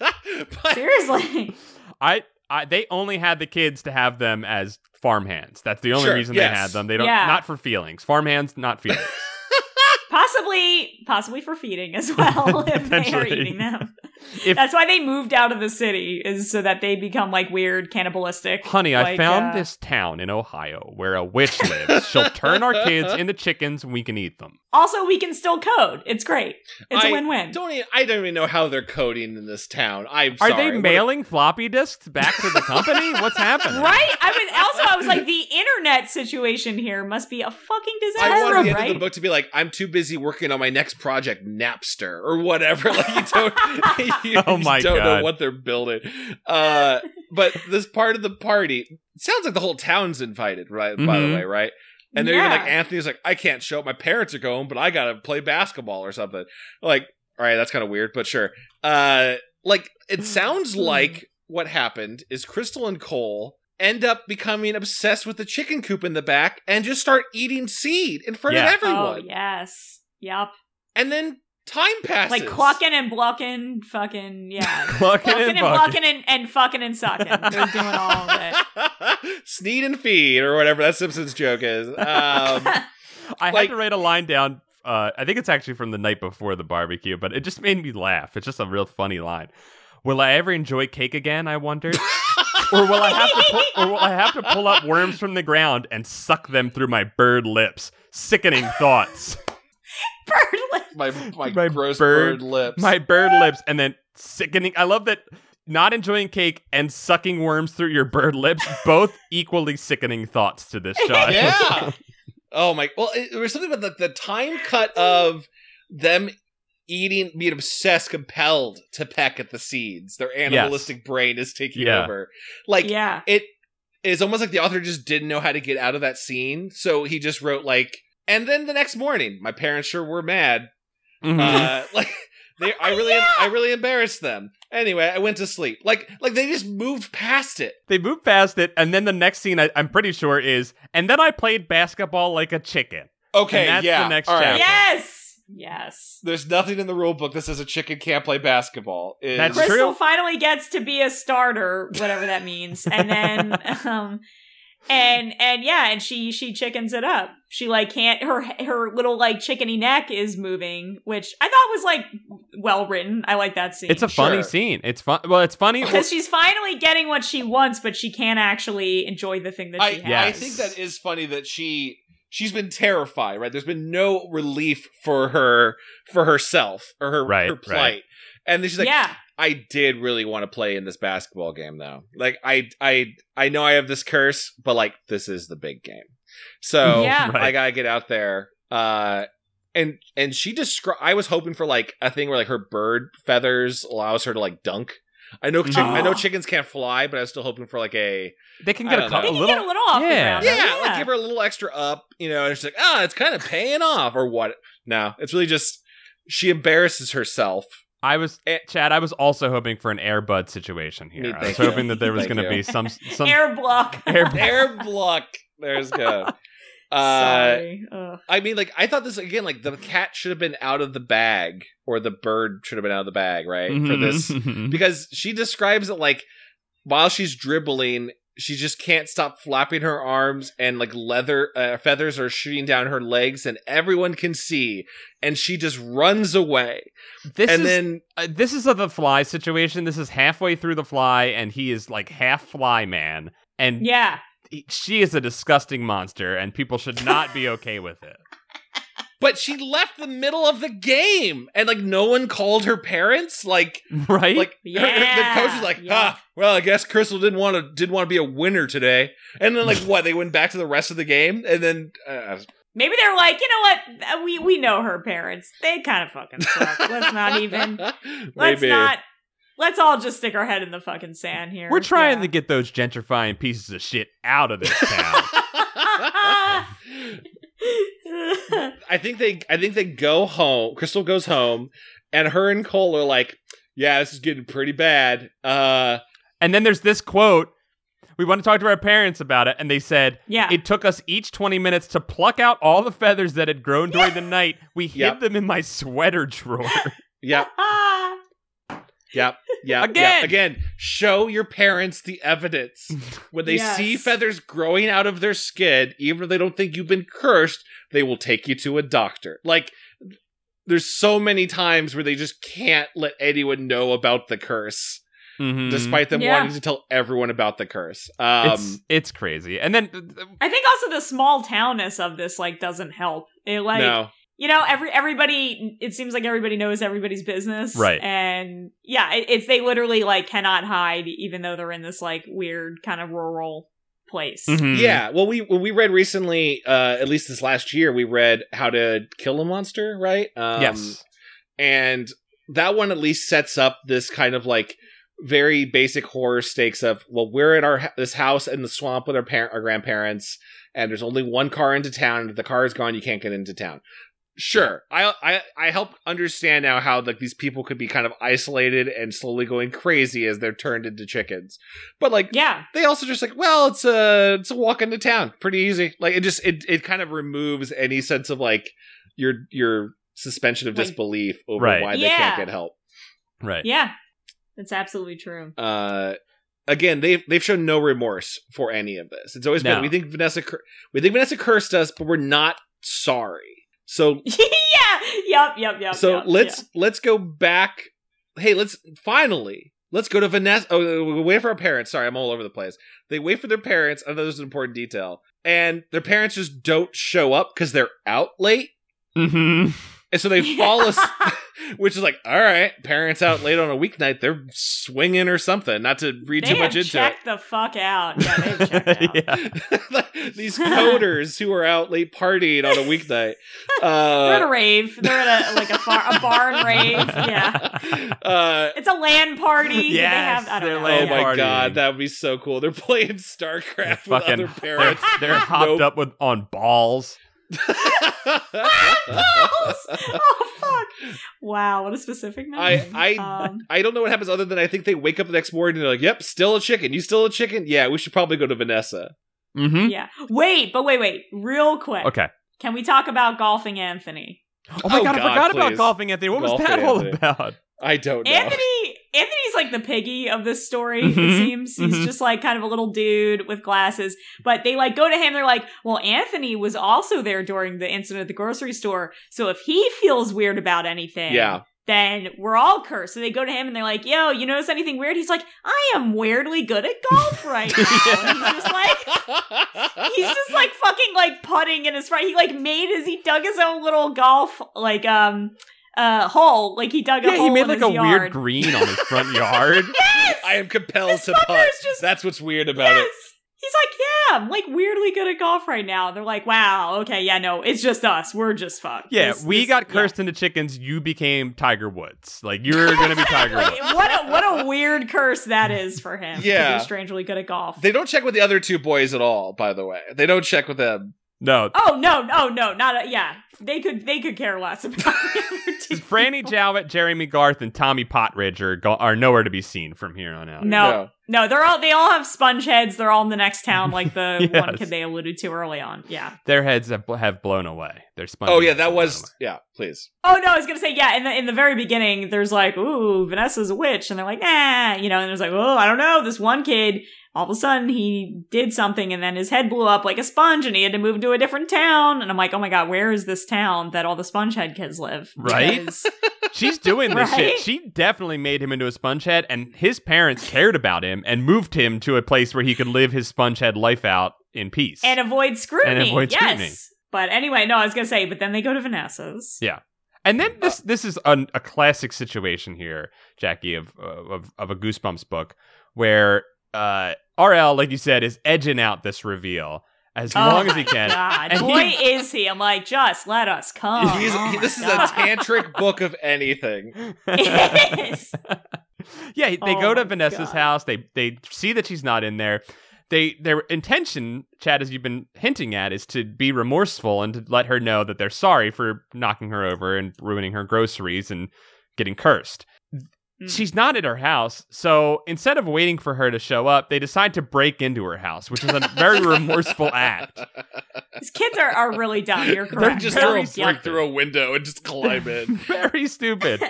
S1: but,
S3: Seriously.
S2: I, I they only had the kids to have them as farmhands. That's the only
S1: Sure,
S2: reason they
S1: yes.
S2: had them. They don't
S3: Yeah.
S2: not for feelings. Farmhands, not feelings.
S3: Possibly possibly for feeding as well if they are
S2: Potentially.
S3: eating them.
S2: If-
S3: That's why they moved out of the city is so that they become like weird cannibalistic.
S2: Honey, I
S3: like,
S2: found
S3: uh,
S2: this town in Ohio where a witch lives. She'll turn our kids into chickens and we can eat them.
S3: Also, we can still code. It's great. It's a
S1: I
S3: win-win.
S1: don't even, I don't even know how they're coding in this town. I'm
S2: Are
S1: sorry.
S2: they
S1: What-
S2: mailing floppy disks back to the company? What's happening?
S3: Right? I was also I was like the internet situation here must be a fucking disaster,
S1: I want the end
S3: right?
S1: of the book to be like, I'm too busy working on my next project, Napster or whatever. Like you don't, you
S2: Oh
S1: just
S2: my
S1: don't
S2: God.
S1: know what they're building. Uh, but this part of the party it sounds like the whole town's invited, right? By the
S2: Mhm.
S1: way, right? And they're even
S3: Yeah.
S1: like, Anthony's like, I can't show up. My parents are going, but I gotta play basketball or something. Like, all right, that's kind of weird, but sure. Uh, like it sounds
S3: Hmm.
S1: like what happened is Crystal and Cole end up becoming obsessed with the chicken coop in the back and just start eating seed in front
S2: Yeah.
S1: of everyone.
S3: Oh yes. Yep.
S1: And then time passes.
S3: Like clocking and blocking, fucking yeah.
S2: Clucking
S3: Clocking
S2: and
S3: and
S2: bucking.
S3: blocking and, and fucking and sucking. They're doing all of
S1: Sneed and feed, or whatever that Simpsons joke is. Um,
S3: it.
S2: I had
S1: Like-
S2: to write a line down. Uh, I think it's actually from the night before the barbecue, but it just made me laugh. It's just a real funny line. Will I ever enjoy cake again? I wondered. or will I have to? Pull, or will I have to pull up worms from the ground and suck them through my bird lips? Sickening thoughts.
S3: Birdland.
S1: my, my
S2: My
S1: gross
S2: bird-
S1: bird, lips.
S2: my bird lips, and then sickening. I love that. Not enjoying cake and sucking worms through your bird lips, both equally sickening thoughts to this shot.
S1: yeah. oh my. Well, it, there was something about the, the time cut of them eating, being obsessed, compelled to peck at the seeds. Their animalistic brain is taking
S2: Yeah.
S1: over. Like
S3: yeah.
S1: it's almost like the author just didn't know how to get out of that scene, so he just wrote like. And then the next morning, my parents sure were mad.
S2: Mhm.
S1: Uh, like they, I really, I really embarrassed them. Anyway, I went to sleep. Like, like they just moved past it.
S2: They move past it, and then the next scene I, I'm pretty sure is, and then I played basketball like a chicken.
S1: Okay,
S2: And that's
S1: yeah.
S2: the next
S1: all right.
S2: chapter.
S3: Yes. Yes.
S1: There's nothing in the rule book that says a chicken can't play basketball. It-
S2: That's
S3: Crystal
S2: true.
S3: finally gets to be a starter, whatever that means, and then um, and and yeah, and she she chickens it up. She like can't her her little like chickeny neck is moving, which I thought was like well written. I like that scene.
S2: It's a funny
S1: Sure.
S2: scene. It's fun. Well, it's funny.
S3: because she's finally getting what she wants, but she can't actually enjoy the thing that
S1: I,
S3: she has.
S1: I think that is funny that she she's been terrified, right? There's been no relief for her for herself or her,
S2: Right,
S1: her plight.
S2: right.
S1: And then she's like,
S3: yeah,
S1: I did really want to play in this basketball game though. Like I I I know I have this curse, but like this is the big game. So
S3: Yeah.
S2: Right.
S1: I gotta get out there. Uh and and she descri- I was hoping for like a thing where like her bird feathers allows her to like dunk. I know chick- I know
S3: Oh.
S1: chickens can't fly, but I was still hoping for like a
S2: they can
S1: I
S2: get a,
S1: don't
S2: cou-
S1: know.
S3: they
S2: a
S3: can
S2: little.
S3: get a little off the
S2: yeah.
S3: ground.
S1: yeah, like give her a little extra up, you know. And she's like, ah, it's kind of paying off or what? No, it's really just she embarrasses herself.
S2: I was
S1: Eh.
S2: Chad. I was also hoping for an airbud situation
S1: Me,
S2: here. I was
S1: thank you.
S2: hoping that there was
S1: Thank
S2: going to
S1: you.
S2: be some some
S3: air block.
S2: air bu-
S1: Air block. There's go. Uh,
S3: Sorry. Ugh.
S1: I mean, like, I thought this again. Like, the cat should have been out of the bag, or the bird should have been out of the bag, right? For
S2: Mhm,
S1: this,
S2: mhm.
S1: because she describes it like while she's dribbling, she just can't stop flapping her arms, and like leather uh, feathers are shooting down her legs, and everyone can see, and she just runs away,
S2: This
S1: and
S2: is
S1: then
S2: uh, this is a the fly situation. This is halfway through the fly, and he is like half fly man, and
S3: Yeah.
S2: he- she is a disgusting monster, and people should not be okay with it.
S1: but she left the middle of the game, and like no one called her parents, like.
S2: Right?
S1: Like her- her- the coach
S3: Yeah,
S1: was like,
S3: yeah.
S1: ah, well, I guess Crystal didn't want to didn't want to be a winner today. And then like what? They went back to the rest of the game, and then uh,
S3: Maybe they're like, you know what? Uh, We we know her parents. They kind of fucking suck. Let's not even. Let's
S1: Maybe.
S3: not. Let's all just stick our head in the fucking sand here.
S2: We're trying
S3: Yeah.
S2: to get those gentrifying pieces of shit out of this town.
S1: I think they I think they go home. Crystal goes home, and her and Cole are like, yeah, this is getting pretty bad. Uh,
S2: and then there's this quote. We want to talk to our parents about it, and they said
S3: yeah.
S2: it took us each 20 minutes to pluck out all the feathers that had grown during the night. We hid
S1: Yep.
S2: them in my sweater drawer.
S1: yep, yep, yep.
S2: Again.
S1: yep. again. Show your parents the evidence. When they
S3: Yes.
S1: see feathers growing out of their skin, even if they don't think you've been cursed, they will take you to a doctor. Like, there's so many times where they just can't let anyone know about the curse,
S2: Mhm.
S1: despite them
S3: Yeah.
S1: wanting to tell everyone about the curse. Um,
S2: it's it's crazy. And then
S3: I think also the small townness of this like doesn't help. It like
S1: no,
S3: you know every everybody. It seems like everybody knows everybody's business,
S2: Right.
S3: And yeah, it, it's they literally like cannot hide, even though they're in this like weird kind of rural place.
S2: Mhm.
S1: yeah. Well, we when we read recently, uh, at least this last year, we read how to kill a monster, right? Um,
S2: yes.
S1: and that one at least sets up this kind of like very basic horror stakes of well we're in our this house in the swamp with our parent our grandparents and there's only one car into town and if the car is gone you can't get into town sure I, I i help understand now how like these people could be kind of isolated and slowly going crazy as they're turned into chickens but like
S3: Yeah.
S1: they also just like well it's a it's a walk into town pretty easy like it just it, it kind of removes any sense of like your your suspension of
S3: Like-
S1: disbelief over
S2: Right.
S1: why they
S3: Yeah.
S1: can't get help
S2: Right.
S3: Yeah. That's absolutely true.
S1: uh again they've they've shown no remorse for any of this it's always
S2: No.
S1: been we think vanessa cur- we think vanessa cursed us but we're not sorry so
S3: yeah. Yep. Yep. Yep.
S1: so
S3: yep,
S1: let's let's go back. Hey, let's finally let's go to Vanessa. Oh, we wait for our parents. Sorry, I'm all over the place. They wait for their parents. I know this is an important detail, and their parents just don't show up because they're out late,
S2: Mm-hmm.
S1: and so they fall asleep. Which is like, all right, parents out late on a weeknight, they're swinging or something. Not to read
S3: They
S1: too much
S3: have
S1: into
S3: checked the fuck out. Yeah, they've checked out.
S1: it. These coders who are out late partying on a weeknight.
S3: They're at
S1: Uh,
S3: a rave. They're at a like a, far- a barn rave. Yeah.
S1: uh,
S3: It's a land party. Do they
S2: Yes,
S3: have, I don't
S2: they're
S3: know.
S2: land
S1: Oh
S2: Yeah.
S1: my
S2: Partying.
S1: god, that would be so cool. They're playing StarCraft with
S2: Fucking-
S1: other
S2: They're,
S1: parents.
S2: they're hopped
S1: Nope.
S2: up with on balls.
S3: Balls! oh fuck! Wow, what a specific
S1: I-
S3: name.
S1: I-
S3: um,
S1: I don't know what happens other than I think they wake up the next morning and they're like, "Yep, still a chicken. You still a chicken? Yeah, we should probably go to Vanessa."
S2: Mm-hmm.
S3: yeah. Wait, but wait, wait, real quick.
S2: Okay.
S3: Can we talk about golfing Anthony?
S2: Oh my
S1: Oh
S2: god, I
S1: God,
S2: forgot about
S1: please.
S2: golfing, Anthony. What
S1: Golfing
S2: was that all
S1: Anthony.
S2: about?
S1: I don't know.
S3: Anthony, Anthony's like the piggy of this story. It
S2: Mhm,
S3: seems
S2: mhm.
S3: he's just like kind of a little dude with glasses. But they like go to him. They're like, "Well, Anthony was also there during the incident at the grocery store. So if he feels weird about anything,
S1: yeah,
S3: then we're all cursed. So they go to him and they're like, yo, you notice anything weird? He's like, I am weirdly good at golf right now. And he's just like, he's just like fucking like putting in his front. He like made his, he dug his own little golf, like, um, uh, hole. Like he dug a
S2: Yeah,
S3: hole
S2: he made
S3: in
S2: like
S3: his
S2: a
S3: yard.
S2: weird green on his front yard.
S3: Yes!
S1: I am compelled
S3: This
S1: to
S3: fucker
S1: putt.
S3: is just-
S1: That's what's weird about
S3: yes! He's like, yeah, I'm like weirdly good at golf right now. They're like, wow, okay, yeah, no, it's just us. We're just fucked.
S2: Yeah,
S3: This-
S2: we
S3: this-
S2: got
S3: yeah.
S2: cursed into chickens. You became Tiger Woods. Like you're gonna be Tiger Woods.
S3: Like, what a what a weird curse that is for him.
S1: Yeah.
S3: you're strangely good at golf.
S1: it. They don't check with the other two boys at all. By the way, they don't check with them.
S2: No,
S3: Oh no, no, no, not a, yeah. They could they could care less about the other two.
S2: Franny Jowett, Jeremy Garth, and Tommy Potridge are, go- are nowhere to be seen from here on out.
S3: No, no, they're all they all have sponge heads. They're all in the next town, like the
S2: Yes.
S3: one kid they alluded to early on. Yeah.
S2: Their heads have, have blown away. Their sponges
S1: Oh yeah, that
S2: have blown
S1: was yeah. Please.
S3: Oh no, I was gonna say yeah. In the in the very beginning, there's like, ooh, Vanessa's a witch, and they're like, nah, you know. And there's like, oh, I don't know. This one kid, all of a sudden, he did something, and then his head blew up like a sponge, and he had to move to a different town. And I'm like, oh my god, where is this town that all the sponge head kids live?
S2: Right?
S3: Because-
S2: away. She's doing this
S3: Right?
S2: shit. She definitely made him into a sponge head, and his parents cared about him and moved him to a place where he could live his sponge head life out in peace.
S3: and avoid scrutiny.
S2: avoid
S3: yes.
S2: scrutiny.
S3: But anyway, no, I was gonna say, but then they go to Vanessa's.
S2: Yeah. And then this
S3: Uh,
S2: this is an, a classic situation here, Jackie, of uh, of of a Goosebumps book, where uh, RL, like you said, is edging out this reveal as
S3: Oh
S2: long as he
S3: my
S2: can.
S3: God,
S2: And he-
S3: boy is he! I'm like, just let us come.
S1: He's,
S3: Oh
S1: he-
S3: my
S1: this is
S3: God.
S1: a tantric book of anything.
S3: Oh, It is.
S2: yeah, they
S3: Oh
S2: go to
S3: my
S2: Vanessa's
S3: God.
S2: house. They they see that she's not in there. They their intention, Chad, as you've been hinting at, is to be remorseful and to let her know that they're sorry for knocking her over and ruining her groceries and getting cursed.
S3: Mm.
S2: She's not at her house, so instead of waiting for her to show up, they decide to break into her house, which is a very remorseful act.
S3: These kids are, are really dumb.
S2: They're
S3: You're correct.
S1: just
S2: Very
S1: throw a
S3: Very
S1: brick
S3: dumb.
S2: stupid.
S1: through a window and just climb in.
S2: very stupid.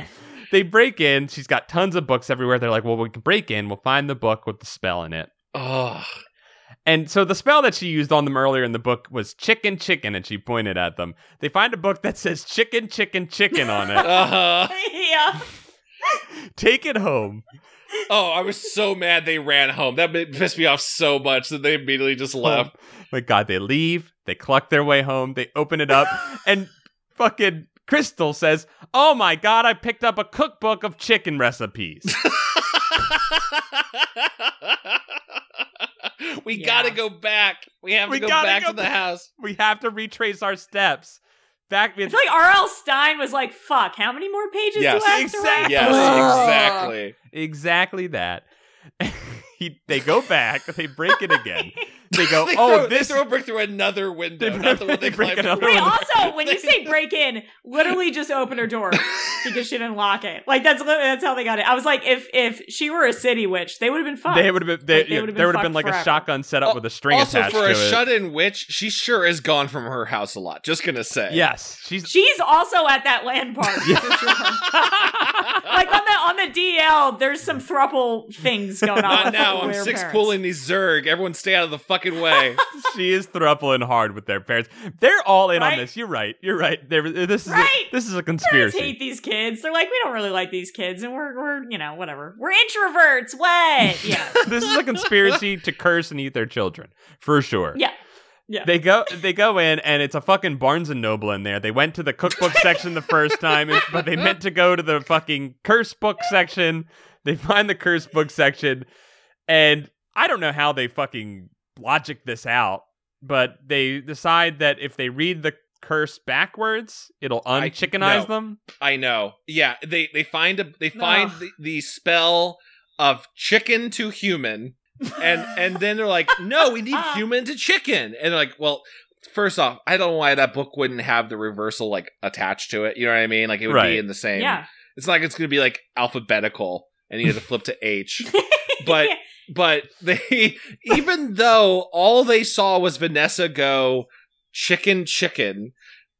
S2: They break in. She's got tons of books everywhere. They're like, "Well, we can break in. We'll find the book with the spell in it."
S1: oh,
S2: And so the spell that she used on them earlier in the book was chicken, chicken, and she pointed at them. They find a book that says chicken, chicken, chicken on it.
S1: uh,
S3: yeah.
S2: Take it home.
S1: oh! I was so mad they ran home. That bit- pissed me off so much that they immediately
S2: Oh.
S1: just left.
S2: My God, they leave. They cluck their way home. They open it up. and fucking Crystal says, Oh my God, I picked up a cookbook of chicken recipes.
S1: we
S3: Yeah.
S1: gotta go back. We have to
S2: We
S1: go
S2: gotta
S1: back
S2: go
S1: to the
S2: back.
S1: house.
S2: we have to retrace our steps. Back
S3: I feel like R.L. Stein was like, fuck, how many more pages
S1: Yes.
S3: do I have to
S2: Exactly.
S3: write?
S1: Yes,
S2: Ugh.
S1: exactly.
S2: exactly that. He they go back, they break it again. They go,
S1: They
S2: oh,
S1: throw,
S2: this.
S1: they throw a brick through another window,
S2: They-
S1: not the one
S2: they
S1: they,
S2: break
S1: climbed
S2: another
S1: through.
S3: Wait, also, when you say break in, literally just open her door because she didn't lock it. Like that's li- that's how they got it. I was like, if if she were a city witch, they would have been fucked.
S2: they would have been. They,
S3: Like, they would've been
S2: there would have
S3: fucked
S2: been like a
S3: forever.
S2: shotgun set up with a string
S1: also,
S2: attached
S1: for
S2: to
S1: a
S2: it.
S1: shut-in witch, she sure is gone from her house a lot. Just gonna say,
S2: yes, she's
S3: She's also at that land party. like on the on the DL, there's some thruple things going on.
S1: Not
S3: with
S1: now. I'm
S3: her
S1: six
S3: parents.
S1: pulling these Zerg. Everyone, stay out of the fucking way.
S2: she is thruppling hard with their parents. They're all in on
S3: Right?
S2: this. You're right. You're right. They're, this is
S3: Right?
S2: a, this is a
S3: Parents
S2: conspiracy.
S3: hate these kids. They're like, we don't really like these kids, and we're we're you know whatever. We're introverts. What? Yeah.
S2: this is a conspiracy to curse and eat their children for sure.
S3: Yeah. Yeah.
S2: They go they go in and it's a fucking Barnes and Noble in there. They went to the cookbook section the first time, and- but they meant to go to the fucking curse book section. They find the curse book section, and I don't know how they fucking logic this out, but they decide that if they read the curse backwards, it'll
S1: I-
S2: unchickenize
S1: no.
S2: them.
S1: I know. Yeah, they they find a they find
S3: Ugh.
S1: the, the spell of chicken to human, and and then they're like, no, we need human to chicken, and they're like, well. First off, I don't know why that book wouldn't have the reversal like attached to it. You know what I mean? Like it would
S2: Right.
S1: be in the same.
S3: Yeah.
S1: It's not like it's going to be like alphabetical and you have to flip to H. But but they even though all they saw was Vanessa go chicken chicken,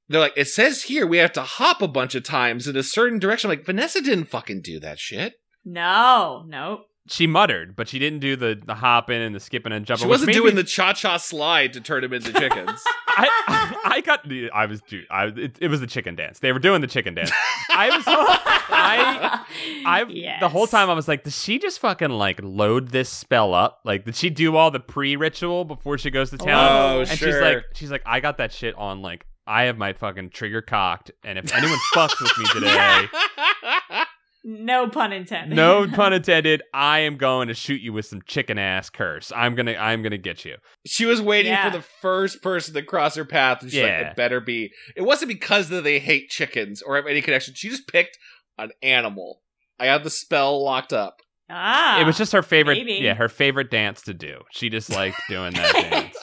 S1: they're like, it says here we have to hop a bunch of times in a certain direction. I'm like, Vanessa didn't fucking do that shit.
S3: no, no.
S2: She muttered, but she didn't do the, the hopping and the skipping and jumping.
S1: she
S2: which
S1: wasn't
S2: made
S1: doing
S2: me-
S1: the cha cha slide to turn them into chickens.
S2: I, I got I was dude, I it, it was the chicken dance. They were doing the chicken dance. I was I- I the whole time I was like, does she just fucking like load this spell up? Like, did she do all the pre ritual before she goes to town?
S1: oh,
S2: and
S1: sure.
S2: she's like, she's like, I got that shit on. Like, I have my fucking trigger cocked, and if anyone fucks with me today,
S3: No pun intended.
S2: no pun intended, I am going to shoot you with some chicken ass curse. I'm gonna I'm gonna get you.
S1: She was waiting
S3: Yeah.
S1: for the first person to cross her path, and she's
S2: Yeah.
S1: like, "It better be." It wasn't because that they hate chickens or have any connection. She just picked an animal. I have the spell locked up.
S3: Ah,
S2: it was just her favorite,
S3: maybe.
S2: yeah, her favorite dance to do. She just liked doing that dance.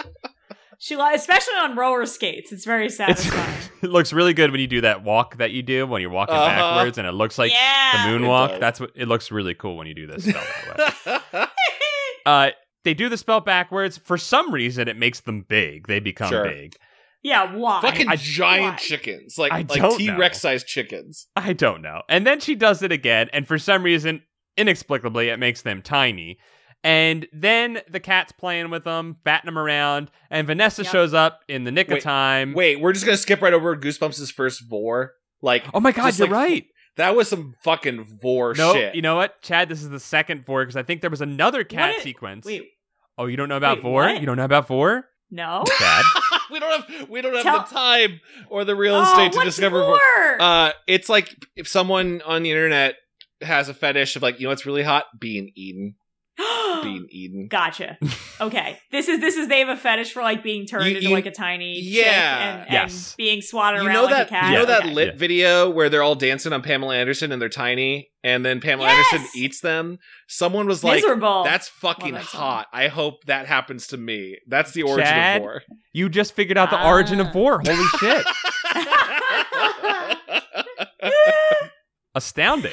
S3: she li- especially on roller skates. It's very
S2: It's,
S3: satisfying.
S2: it looks really good when you do that walk that you do when you're walking
S1: Uh-huh.
S2: backwards, and it looks like
S3: yeah.
S1: It
S2: the moonwalk.
S1: does.
S2: That's what it looks really cool when you do this spell that way. Uh, they do the spell backwards. For some reason, it makes them big. They become
S1: Sure.
S2: big.
S3: yeah. Why?
S1: Fucking
S2: I-
S1: giant
S3: why?
S1: chickens, like
S2: I
S1: like
S2: don't
S1: T
S2: know.
S1: Rex sized chickens.
S2: I don't know. And then she does it again, and for some reason, inexplicably, it makes them tiny. And then the cat's playing with them, batting them around, and Vanessa
S3: Yep.
S2: shows up in the nick of
S1: Wait,
S2: time.
S1: Wait, we're just gonna skip right over Goosebumps' first vor. Like
S2: Oh my god,
S1: Just
S2: you're
S1: like-
S2: right.
S1: that was some fucking vor
S2: No,
S1: shit.
S2: you know what, Chad? This is the second vor because I think there was another cat
S3: i-
S2: sequence.
S3: Wait,
S2: Oh, you don't know about
S3: Wait,
S2: Vor?
S3: what?
S2: You don't know about Vor?
S3: no.
S2: Chad.
S1: we don't have we don't have
S3: Tell-
S1: the time or the real
S3: Oh,
S1: estate to
S3: what's
S1: discover vor.
S3: more?
S1: Uh, it's like if someone on the internet has a fetish of like, you know, what's really hot being eaten, being eaten.
S3: Gotcha. Okay. This is this is they have a fetish for like being turned
S1: You-
S3: into
S1: you-
S3: like a tiny
S1: Yeah.
S3: chick and, and
S2: Yes.
S3: being swatted
S1: You
S3: around
S1: know
S3: like
S1: that
S3: a cat.
S1: you know that
S3: Okay.
S1: lit
S2: Yeah.
S1: video where they're all dancing on Pamela Anderson and they're tiny, and then Pamela
S3: Yes!
S1: Anderson eats them. Someone was like,
S3: miserable.
S1: "That's fucking
S3: Love that song.
S1: hot." I hope that happens to me. That's the origin
S2: Chad?
S1: of war.
S2: You just figured out the origin
S3: Ah.
S2: of Vor. Holy shit. Astounding.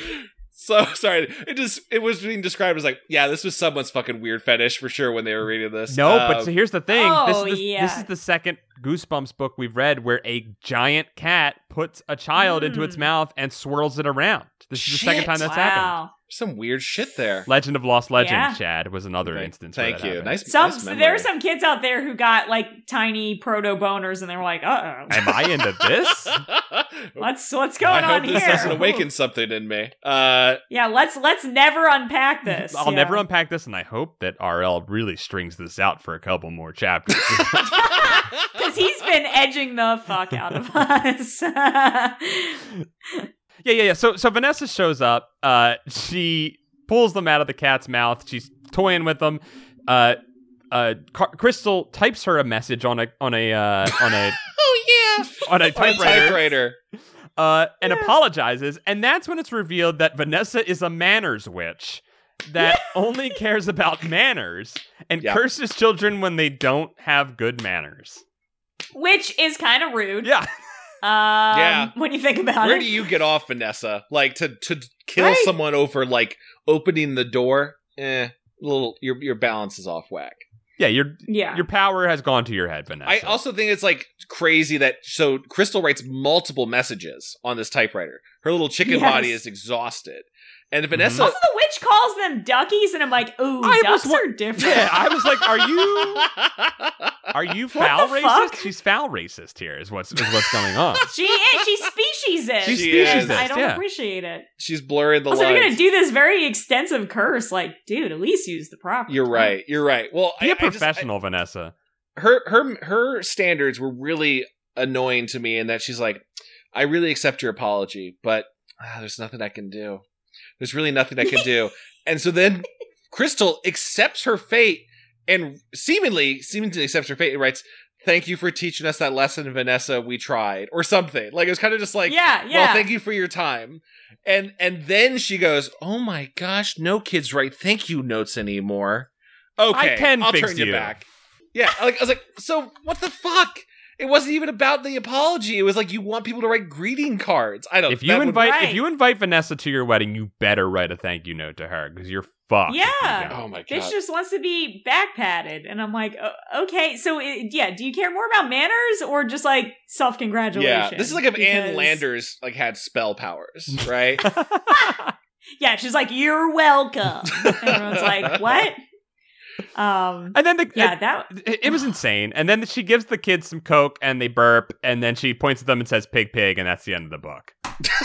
S1: so sorry. It just it was being described as like, yeah, this was someone's fucking weird fetish for sure when they were reading this.
S2: No,
S1: Uh,
S2: but so here's the thing. this, is
S3: Oh,
S2: the, this
S3: yeah.
S2: is the second Goosebumps book we've read where a giant cat puts a child into its
S3: Mm.
S2: mouth and swirls it around. This is the second
S1: Shit.
S2: time that's
S3: wow.
S2: happened.
S1: some weird shit there.
S2: Legend of Lost Legend,
S3: Yeah.
S2: Chad, was another
S1: Okay,
S2: instance. where
S1: Thank
S2: that
S1: you.
S2: happened.
S1: Nice.
S3: Some
S1: nice
S3: so there
S1: memory.
S3: are some kids out there who got like tiny proto boners and they were like, uh oh.
S2: Am I into this?
S3: What's what's
S1: I
S3: going
S1: hope
S3: on
S1: this
S3: here?
S1: doesn't awaken something in me. Uh,
S3: Yeah, let's let's never unpack this.
S2: I'll
S3: yeah.
S2: never unpack this, and I hope that RL really strings this out for a couple more chapters.
S3: because he's been edging the fuck out of us.
S2: yeah, yeah, yeah. So, so Vanessa shows up. Uh, she pulls them out of the cat's mouth. She's toying with them. Uh, uh, Car- Crystal types her a message on a on a uh, on a
S1: oh yeah,
S2: on a
S1: typewriter.
S2: typewriter uh, and apologizes. And that's when it's revealed that Vanessa is a manners witch. that only cares about manners and
S1: Yeah.
S2: curses children when they don't have good manners.
S3: which is kind of rude.
S2: Yeah.
S3: Um,
S1: Yeah.
S3: When you think about
S1: Where
S3: it,
S1: do you get off, Vanessa? Like to to kill
S3: Right.
S1: someone over like opening the door? Eh, little your your balance is off whack.
S2: Yeah, your
S3: yeah,
S2: your power has gone to your head, Vanessa.
S1: I also think it's like crazy that so Crystal writes multiple messages on this typewriter. Her little chicken
S3: Yes.
S1: body is exhausted,
S2: Mm-hmm.
S1: and Vanessa.
S3: also the witch calls them duckies, and I'm like, ooh,
S2: I was
S3: ducks
S2: wa-
S3: are different.
S2: Yeah, I was like, are you are you foul
S3: the fuck?
S2: racist? She's foul racist here is what's is what's going on.
S3: She is. She's speciesist.
S2: She's
S1: She is.
S2: speciesist,
S3: I don't
S2: yeah.
S3: appreciate it.
S1: She's blurring the
S3: also, if
S1: lines.
S3: you're gonna do this very extensive curse, like, dude, at least use the proper.
S1: You're
S3: term.
S1: right. You're right. Well,
S2: Be
S1: I-
S2: a
S1: I just- I-
S2: professional, Vanessa.
S1: her her her standards were really annoying to me in that she's like, I really accept your apology, but ah, there's nothing I can do. There's really nothing I can do. And so then Crystal accepts her fate and seemingly seemingly accepts her fate and writes, Thank you for teaching us that lesson, Vanessa. We tried, or something. Like it was kind of just like
S3: yeah, yeah.
S1: well, thank you for your time. And and then she goes, "Oh my gosh, no kids write thank you notes anymore." Okay,
S2: can
S1: I'll
S2: fix
S1: turn you
S2: you.
S1: back. Yeah, like I was like, so what the fuck? It wasn't even about the apology. It was like you want people to write greeting cards. I don't.
S2: If you
S1: that would-
S2: invite
S3: Right.
S2: if you invite Vanessa to your wedding, you better write a thank you note to her because you're fucked. if you
S3: Yeah.
S2: don't.
S1: oh my
S3: Bitch
S1: god,
S3: just wants to be back patted, and I'm like, o- okay. So, it, yeah, do you care more about manners or just like self congratulation?
S1: yeah, this is like if Anne Landers like had spell powers, right?
S3: Yeah, she's like, you're welcome. and everyone's like, what? Um,
S2: And then the
S3: yeah, that
S2: It it was insane. And then she gives the kids some coke and they burp and then she points at them and says pig pig and that's the end of the book.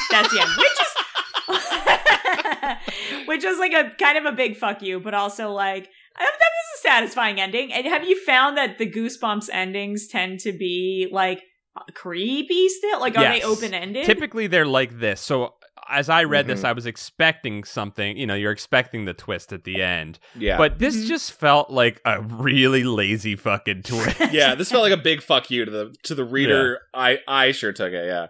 S3: that's the end. Which is which is like a kind of a big fuck you, but also like I that was a satisfying ending. And have you found that the Goosebumps endings tend to be like creepy still? Like are
S2: Yes.
S3: they open ended?
S2: Typically they're like this. So as I read
S1: Mm-hmm.
S2: this I was expecting something, you know, you're expecting the twist at the end.
S1: Yeah,
S2: But this
S3: Mhm.
S2: just felt like a really lazy fucking twist.
S1: yeah, this felt like a big fuck you to the to the reader. I I sure took it.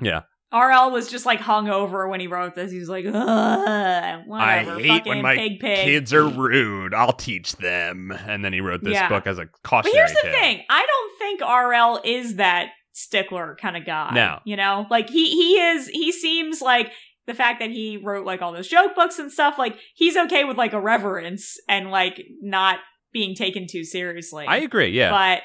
S1: Yeah,
S3: RL was just like hung over when he wrote this. He was like, Ugh, whatever,
S2: I hate when
S3: fucking
S2: my
S3: pig pig.
S2: Kids are rude. I'll teach them. And then he wrote this
S3: Yeah.
S2: book as a
S3: But
S2: cautionary
S3: here's the
S2: tale.
S3: thing: I don't think RL is that stickler kind of guy.
S2: No.
S3: you know, like he he is. He seems like the fact that he wrote like all those joke books and stuff. Like he's okay with like irreverence and like not being taken too seriously.
S2: I agree, yeah.
S3: But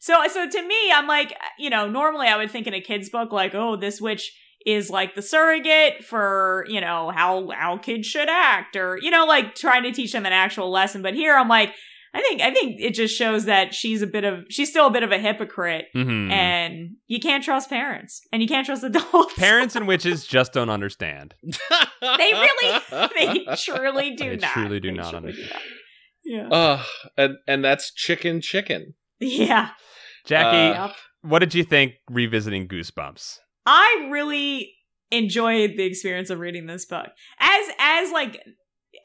S3: so so to me, I'm like, you know, normally I would think in a kid's book, like, oh, this witch is like the surrogate for, you know, how how kids should act or, you know, like trying to teach them an actual lesson. But here I'm like, I think I think it just shows that she's a bit of she's still a bit of a hypocrite
S2: Mhm.
S3: and you can't trust parents and you can't trust adults.
S2: Parents and witches just don't understand.
S3: they really they truly do
S2: They
S3: not.
S2: truly do not
S3: truly do
S2: understand. Uh,
S3: not. Yeah.
S1: Ugh, and and that's chicken chicken.
S3: yeah.
S2: Jackie,
S1: Uh,
S3: Yep.
S2: what did you think revisiting Goosebumps?
S3: I really enjoyed the experience of reading this book. As as like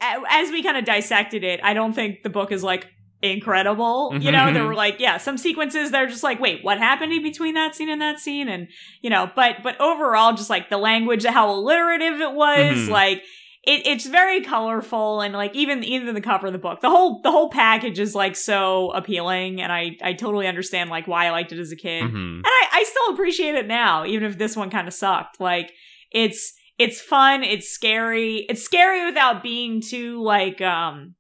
S3: a- as we kind of dissected it, I don't think the book is like incredible. You know,
S2: Mhm.
S3: there were like yeah, some sequences they're just like, wait, what happened in between that scene and that scene? And you know, but but overall, just like the language, how alliterative it was,
S2: Mhm.
S3: like. It, it's very colorful and like even even the cover of the book the whole the whole package is like so appealing and i i totally understand like why i liked it as a kid
S2: Mm-hmm.
S3: and I, I still appreciate it now, even if this one kind of sucked. Like it's it's fun, it's scary, it's scary without being too like um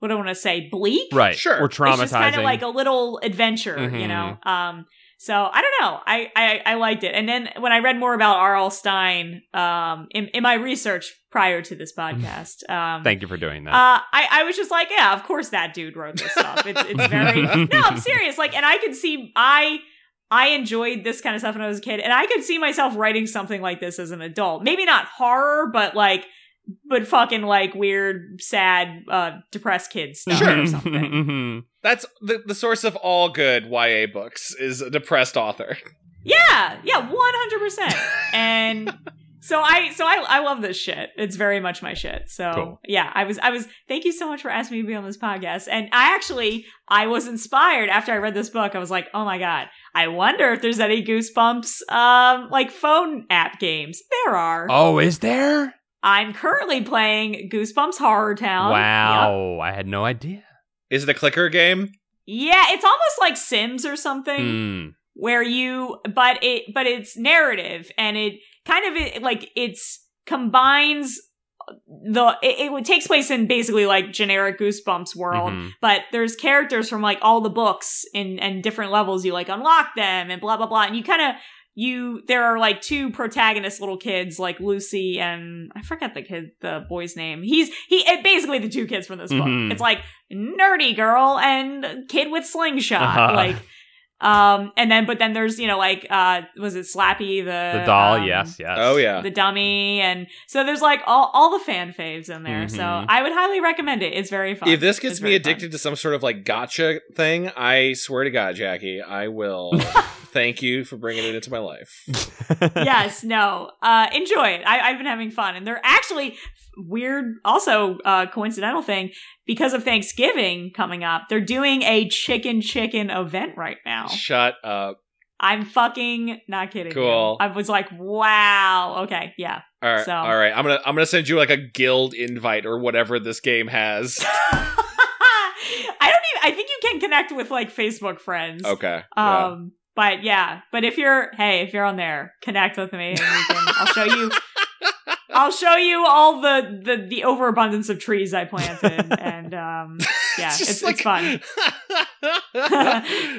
S3: what do I want to say bleak.
S2: Right.
S1: Sure.
S2: Or
S1: It's
S2: traumatizing. Mm-hmm.
S3: It's just kind of like a little adventure, you know. Um, so I don't know. I, I I liked it, and then when I read more about R.L. Stein um in, in my research prior to this podcast, um,
S2: Mm-hmm. Thank you for doing that.
S3: uh, I, I was just like, yeah, of course that dude wrote this stuff. It's, it's very no, I'm serious. Like, and I could see I I enjoyed this kind of stuff when I was a kid, and I could see myself writing something like this as an adult. Maybe not horror, but like, but fucking like weird, sad, uh, depressed kid stuff
S1: Sure.
S3: or something.
S2: Mhm.
S1: That's the, the source of all good YA books is a depressed author.
S3: Yeah, yeah, one hundred percent. And so I, so I, I love this shit. It's very much my shit. So
S2: Cool.
S3: yeah, I was, I was. Thank you so much for asking me to be on this podcast. And I actually, I was inspired after I read this book. I was like, oh my god, I wonder if there's any Goosebumps, um, like phone app games. There are.
S2: Oh, is there?
S3: I'm currently playing Goosebumps Horror Town. Yep.
S2: wow, I had no idea.
S1: Is it a clicker game?
S3: Yeah, it's almost like Sims or something
S2: Mm.
S3: where you but it but it's narrative and it kind of it, like it's combines the it, it takes place in basically like generic Goosebumps world
S2: mhm.
S3: but there's characters from like all the books and and different levels you like unlock them and blah blah blah and you kind of you there are like two protagonist little kids like lucy and i forget the kid the boy's name he's he it, basically the two kids from this
S2: Mhm.
S3: book it's like nerdy girl and kid with slingshot
S2: Uh-huh.
S3: like um and then but then there's you know like uh was it slappy the
S2: The doll,
S3: um,
S2: yes, yes.
S1: Oh yeah.
S3: the dummy and so there's like all, all the fan faves in there so
S2: Mhm.
S3: i would highly recommend it it's very fun
S1: If this
S3: It's
S1: gets
S3: very
S1: me
S3: fun.
S1: addicted to some sort of like gotcha thing, I swear to God, Jackie, I will thank you for bringing it into my life.
S3: yes, no. Uh, enjoy it. I, I've been having fun, and they're actually weird. Also, uh, coincidental thing because of Thanksgiving coming up, they're doing a chicken chicken event right now.
S1: Shut up.
S3: I'm fucking not kidding. you.
S1: Cool.
S3: I was like, wow. Okay, yeah.
S1: All right,
S3: So-
S1: all right. I'm gonna I'm gonna send you like a guild invite or whatever this game has.
S3: I don't even. I think you can connect with like Facebook friends.
S1: Okay. yeah.
S3: Um. But yeah, but if you're hey, if you're on there, connect with me. And we can, I'll show you. I'll show you all the the the overabundance of trees I planted, and um, yeah, it's, it's, fun.
S1: uh,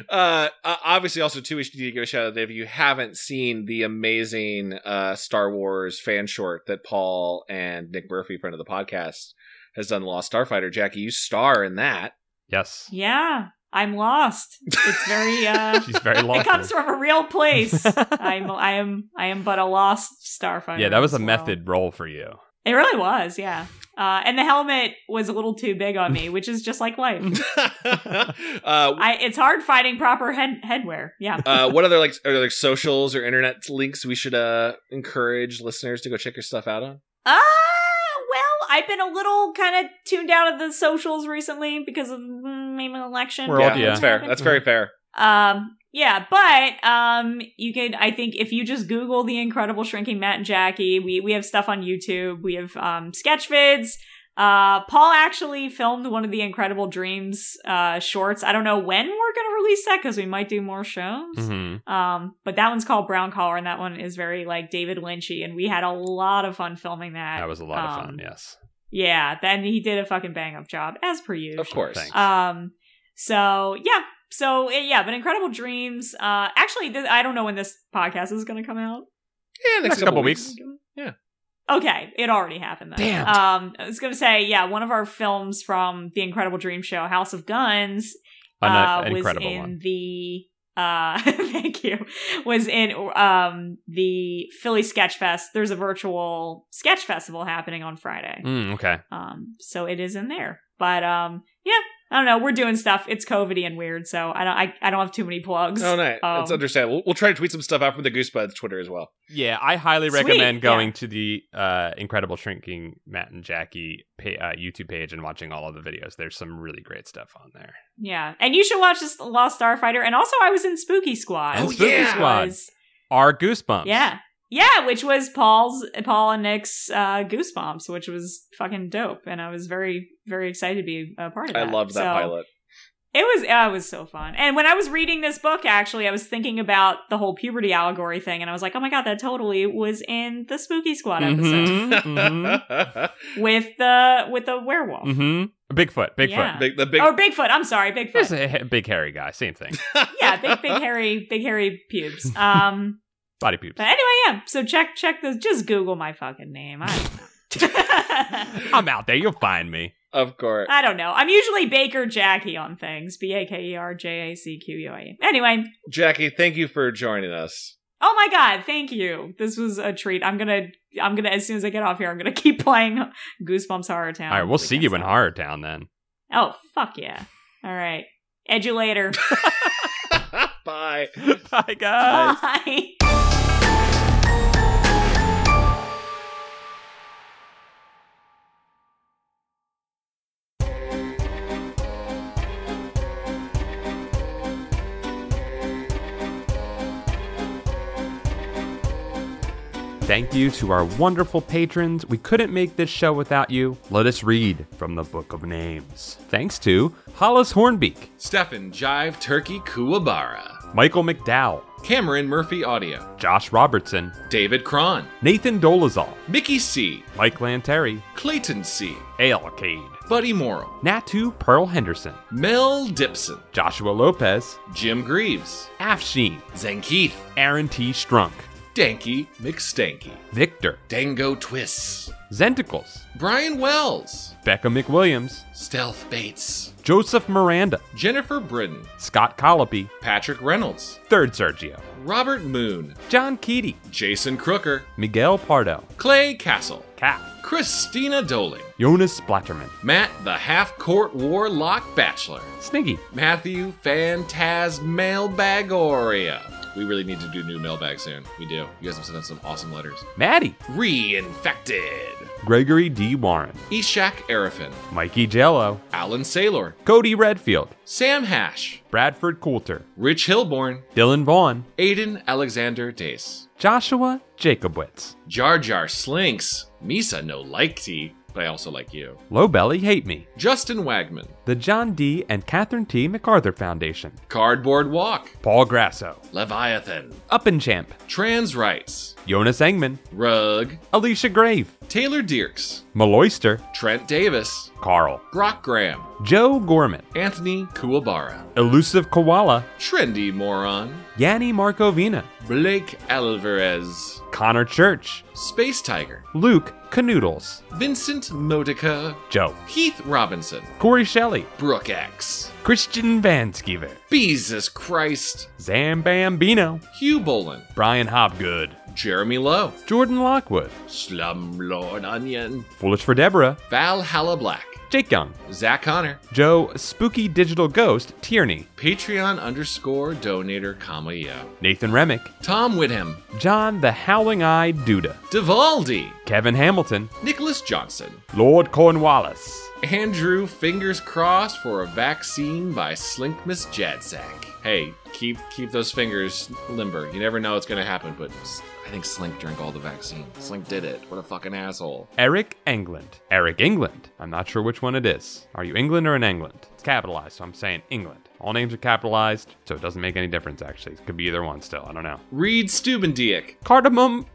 S1: uh, obviously, also too, we should need to give a shout out that if you haven't seen the amazing uh, Star Wars fan short that Paul and Nick Murphy, friend of the podcast, has done, Lost Starfighter. Jackie, you star in that.
S2: yes.
S3: Yeah, I'm lost. It's very uh,
S2: She's very long.
S3: it comes from a real place. I'm I am I am but a lost starfighter.
S2: yeah, that was a
S3: as well.
S2: method role for you.
S3: It really was. Yeah. Uh, and the helmet was a little too big on me, which is just like life.
S1: uh,
S3: I, it's hard finding proper head headwear. Yeah.
S1: uh, what other like are there, like socials or internet links we should uh, encourage listeners to go check your stuff out on?
S3: Uh, well, I've been a little kind of tuned out of the socials recently because of mm, maybe an election.
S2: We're all-
S1: yeah,
S2: yeah.
S1: that's fair. That's very fair.
S3: Um, yeah, but um, you could. I think if you just Google the Incredible Shrinking Matt and Jackie, we we have stuff on YouTube. We have um, sketch vids. Uh, Paul actually filmed one of the Incredible Dreams uh, shorts. I don't know when we're gonna release that because we might do more shows.
S2: Mhm.
S3: Um, but that one's called Brown Collar, and that one is very like David Lynchy, and we had a lot of fun filming that.
S2: That was a lot of
S3: um,
S2: fun, yes.
S3: Yeah, then he did a fucking bang up job as per usual.
S1: Of course.
S2: Thanks.
S3: Um. So yeah. So eh, yeah, but incredible dreams. Uh, actually, th- I don't know when this podcast is going to come out.
S1: Yeah, next
S2: Next
S1: couple,
S2: couple
S1: weeks.
S2: weeks.
S1: Yeah.
S3: Okay, it already happened. Though.
S2: Damn.
S3: Um, I was going to say yeah, one of our films from the Incredible Dream Show, House of Guns,
S2: An,
S3: uh,
S2: an incredible
S3: was in
S2: one.
S3: the uh thank you was in um the philly sketch fest there's a virtual sketch festival happening on friday
S2: Mm, okay.
S3: um so it is in there but um yeah i don't know we're doing stuff it's covidy and weird so i don't i, I don't have too many plugs
S1: Oh, nice. it's
S3: Um,
S1: understandable. We'll, we'll try to tweet some stuff out from the Goosebuds Twitter as well.
S2: Yeah, I highly
S3: Sweet,
S2: recommend going
S3: yeah.
S2: to the uh, Incredible Shrinking Matt and Jackie pa uh, YouTube page and watching all of the videos. There's some really great stuff on there.
S3: yeah and you should watch this lost starfighter and also i was in spooky squad
S2: Oh,
S3: which
S1: yeah.
S2: Squad.
S3: was-
S2: Our Goosebumps.
S3: yeah yeah which was paul's paul and nick's uh goosebumps which was fucking dope and i was very very excited to be a part of
S1: I
S3: that
S1: loved that
S3: So-
S1: pilot.
S3: It was uh, it was so fun. And when I was reading this book, actually, I was thinking about the whole puberty allegory thing, and I was like, oh my god, that totally was in the Spooky Squad episode
S1: Mm-hmm,
S2: Mhm, mhm,
S3: with the with the werewolf
S2: mhm. Bigfoot. Bigfoot.
S3: Yeah.
S1: Big- the big
S3: or Bigfoot. I'm sorry,
S2: There's
S3: Bigfoot.
S2: a ha- big hairy guy. Same thing.
S3: Oh, yeah, big big hairy big hairy pubes. Um,
S2: Body poops.
S3: but anyway, yeah. So check check the just Google my fucking name. I
S2: I'm out there. You'll find me.
S1: Of course.
S3: I don't know. I'm usually Baker Jackie on things. B a k e r j a c q u i e. Anyway,
S1: Jackie, thank you for joining us.
S3: Oh my god, thank you. This was a treat. I'm gonna I'm gonna as soon as I get off here, I'm gonna keep playing Goosebumps Horror Town.
S2: All right, we'll see you in
S3: Weekend.
S2: Horror Town then.
S3: Oh fuck yeah. All right. Edge you later.
S1: Bye.
S2: Bye, guys.
S3: Bye.
S2: Thank you to our wonderful patrons. We couldn't make this show without you. Let us read from the Book of Names. Thanks to Hollis Hornbeak,
S1: Stefan Jive Turkey Kuwabara,
S2: Michael McDowell,
S1: Cameron Murphy Audio,
S2: Josh Robertson,
S1: David Cron,
S2: Nathan Dolezal,
S1: Mickey C,
S2: Mike Lanteri,
S1: Clayton C,
S2: Ale Cade,
S1: Buddy Morrow,
S2: Natu Pearl Henderson,
S1: Mel Dipson,
S2: Joshua Lopez,
S1: Jim Greaves,
S2: Afshin,
S1: Zankeith,
S2: Aaron T. Strunk,
S1: Danky McStanky,
S2: Victor,
S1: Dango Twists,
S2: Zenticles,
S1: Brian Wells,
S2: Becca McWilliams,
S1: Stealth Bates,
S2: Joseph Miranda,
S1: Jennifer Britton,
S2: Scott Colopy,
S1: Patrick Reynolds,
S2: Third Sergio,
S1: Robert Moon,
S2: John Keaty,
S1: Jason Crooker,
S2: Miguel Pardo,
S1: Clay Castle,
S2: Calf,
S1: Christina Doling,
S2: Jonas Splatterman,
S1: Matt the Half Court Warlock Bachelor,
S2: Sniggy,
S1: Matthew Phantasmailbagoria. We really need to do new mailbag soon. We do. You guys have sent us some awesome letters.
S2: Maddie,
S1: Reinfected.
S2: Gregory D. Warren,
S1: Ishak Arafin,
S2: Mikey Jello,
S1: Alan Saylor,
S2: Cody Redfield,
S1: Sam Hash,
S2: Bradford Coulter,
S1: Rich Hilborn,
S2: Dylan Vaughn,
S1: Aiden Alexander Dace,
S2: Joshua Jacobwitz,
S1: Jar Jar Slinks, Misa no like thee, but I also like you,
S2: Lowbelly Hate Me,
S1: Justin Wagman,
S2: the John D. and Catherine T. MacArthur Foundation,
S1: Cardboard Walk,
S2: Paul Grasso,
S1: Leviathan,
S2: Up and Champ,
S1: Trans Rights,
S2: Jonas Engman,
S1: Rug,
S2: Alicia Grave,
S1: Taylor Dierks,
S2: Maloyster,
S1: Trent Davis,
S2: Carl,
S1: Brock Graham,
S2: Joe Gorman,
S1: Anthony Kuwabara,
S2: Elusive Koala,
S1: Trendy Moron,
S2: Yanni Markovina,
S1: Blake Alvarez,
S2: Connor Church,
S1: Space Tiger,
S2: Luke Canoodles,
S1: Vincent Modica,
S2: Joe,
S1: Heath Robinson,
S2: Corey Shelley,
S1: Brooke X,
S2: Christian Vanskever,
S1: Jesus Christ,
S2: Zam Bambino,
S1: Hugh Bolin,
S2: Brian Hobgood,
S1: Jeremy Lowe,
S2: Jordan Lockwood,
S1: Slumlord Onion,
S2: Foolish for Deborah,
S1: Valhalla Black,
S2: Jake Young,
S1: Zach Connor,
S2: Joe Spooky Digital Ghost Tierney,
S1: Patreon underscore donator, comma yo,
S2: Nathan Remick,
S1: Tom Whitham,
S2: John the Howling Eyed Duda,
S1: Divaldi,
S2: Kevin Hamilton,
S1: Nicholas Johnson,
S2: Lord Cornwallis,
S1: Andrew, fingers crossed for a vaccine by Slinkmas Jadsack. Hey, keep keep those fingers limber. You never know what's gonna happen, but s- I think Slink drank all the vaccine. Slink did it. What a fucking asshole.
S2: Eric England, Eric England. I'm not sure which one it is. Are you England or in England? It's capitalized, so I'm saying England. All names are capitalized, so it doesn't make any difference actually. It could be either one still. I don't know.
S1: Reed Steubendiek,
S2: Cardamom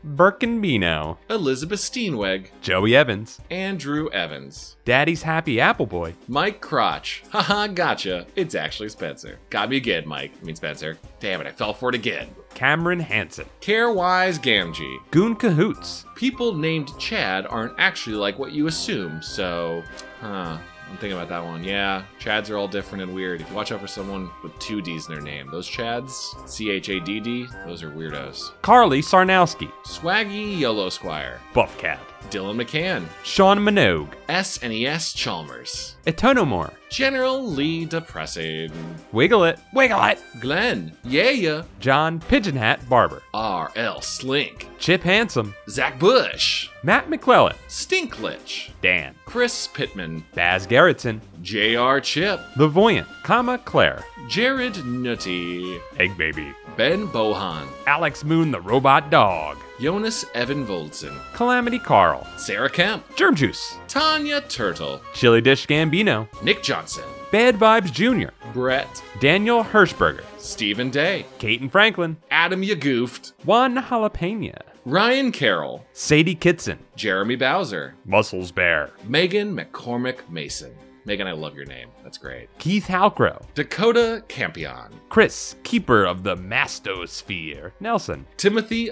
S2: Birkenbino,
S1: Elizabeth Steenweg,
S2: Joey Evans,
S1: Andrew Evans,
S2: Daddy's Happy Apple Boy,
S1: Mike Crotch. Haha, gotcha. It's actually Spencer. Got me again, Mike. I mean Spencer. Damn it, I fell for it again.
S2: Cameron Hansen,
S1: Carewise Gamgee.
S2: Goon Cahoots,
S1: people named Chad aren't actually like what you assume, so. Huh. I'm thinking about that one. Yeah, Chads are all different and weird. If you watch out for someone with two D's in their name, those Chads, C H A D D, those are weirdos.
S2: Carly Sarnowski,
S1: Swaggy Yellow Squire,
S2: Buff Cat,
S1: Dylan McCann,
S2: Sean Minogue,
S1: SNES Chalmers,
S2: Etonomore,
S1: General Lee Depressing,
S2: Wiggle It, Wiggle It,
S1: Glenn, Yeah,
S2: John Pigeon Hat Barber,
S1: R.L. Slink,
S2: Chip Handsome,
S1: Zach Bush,
S2: Matt McClellan,
S1: Stinklich,
S2: Dan,
S1: Chris Pittman,
S2: Baz Gerritsen,
S1: J.R. Chip,
S2: The Voyant, comma Claire,
S1: Jared Nutty,
S2: Egg Baby,
S1: Ben Bohan,
S2: Alex Moon the Robot Dog,
S1: Jonas Evan Voldsen,
S2: Calamity Carl,
S1: Sarah Kemp,
S2: Germ Juice,
S1: Tanya Turtle,
S2: Chili Dish Gambino,
S1: Nick Johnson,
S2: Bad Vibes Jr.,
S1: Brett,
S2: Daniel Hirschberger,
S1: Stephen Day,
S2: Caton Franklin,
S1: Adam Yagoofed,
S2: Juan Jalapena,
S1: Ryan Carroll,
S2: Sadie Kitson,
S1: Jeremy Bowser,
S2: Muscles Bear,
S1: Megan McCormick Mason. Megan, I love your name. That's great.
S2: Keith Halcrow,
S1: Dakota Campion,
S2: Chris, Keeper of the Mastosphere, Nelson,
S1: Timothy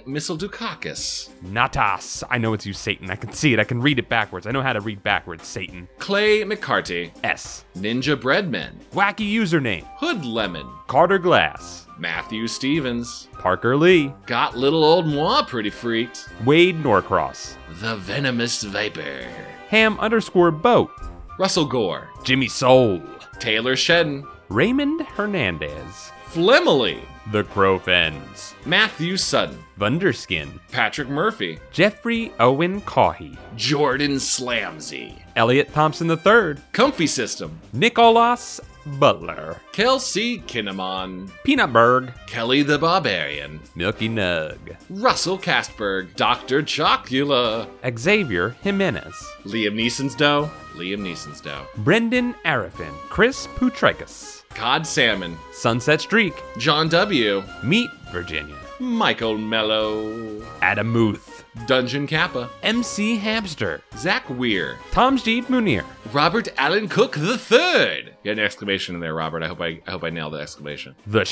S1: Mistledukakis,
S2: Natas, I know it's you, Satan. I can see it. I can read it backwards. I know how to read backwards, Satan.
S1: Clay McCarty,
S2: S.
S1: Ninja Breadman,
S2: Wacky username,
S1: Hood Lemon,
S2: Carter Glass,
S1: Matthew Stevens,
S2: Parker Lee,
S1: Got Little Old Moi Pretty Freaked,
S2: Wade Norcross,
S1: The Venomous Viper,
S2: Ham underscore Boat,
S1: Russell Gore,
S2: Jimmy Soul,
S1: Taylor Shedden,
S2: Raymond Hernandez,
S1: Flemily,
S2: The Crow Fens,
S1: Matthew Sutton,
S2: Vunderskin,
S1: Patrick Murphy,
S2: Jeffrey Owen Caughey,
S1: Jordan Slamsey,
S2: Elliot Thompson III,
S1: Comfy System,
S2: Nicolas Butler,
S1: Kelsey Kinnaman,
S2: Peanut Berg,
S1: Kelly the Barbarian,
S2: Milky Nug,
S1: Russell Castberg, Dr. Chocula,
S2: Xavier Jimenez,
S1: Liam Neeson's dough, Liam Neeson's dough,
S2: Brendan Arafin, Chris Putrikis,
S1: Cod Salmon,
S2: Sunset Streak,
S1: John W.,
S2: Meet Virginia,
S1: Michael Mello,
S2: Adam Muth,
S1: Dungeon Kappa,
S2: MC Hamster,
S1: Zach Weir,
S2: Tamjid Munir,
S1: Robert Allen Cook III. You had an exclamation in there, Robert. I hope I, I hope I nailed the exclamation.
S2: The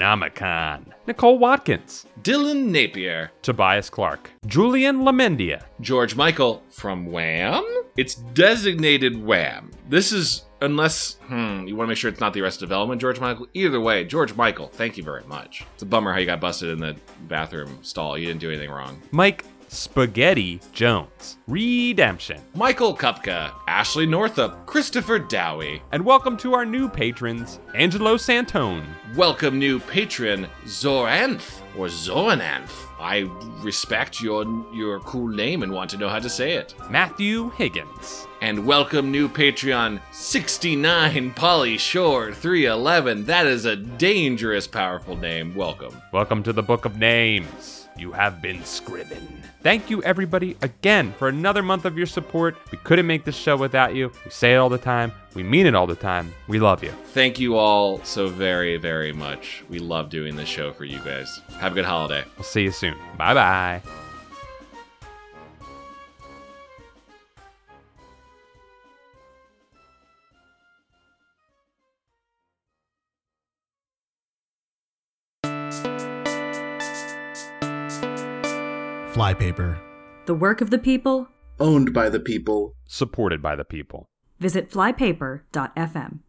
S2: Shrekonomicon, Nicole Watkins,
S1: Dylan Napier,
S2: Tobias Clark, Julian Lamendia,
S1: George Michael from Wham. It's designated Wham. This is unless hmm, you want to make sure it's not the Arrested Development, George Michael. Either way, George Michael, thank you very much. It's a bummer how you got busted in the bathroom stall. You didn't do anything wrong.
S2: Mike Spaghetti Jones, Redemption,
S1: Michael Kupka, Ashley Northup, Christopher Dowie.
S2: and welcome to our new patrons, Angelo Santone,
S1: Welcome new patron Zoranth or Zorananth. I respect your your cool name and want to know how to say it.
S2: Matthew Higgins,
S1: And welcome new Patreon 69 Polly Shore 311. That is a dangerous powerful name. Welcome.
S2: Welcome to the Book of Names. You have been scriven. Thank you, everybody, again for another month of your support. We couldn't make this show without you. We say it all the time. We mean it all the time. We love you.
S1: Thank you all so very very much. We love doing this show for you guys. Have a good holiday.
S2: We'll see you soon. Bye bye.
S4: Flypaper.
S5: The work of the people?
S6: owned by the people.
S2: Supported by the people.
S5: Visit flypaper.fm.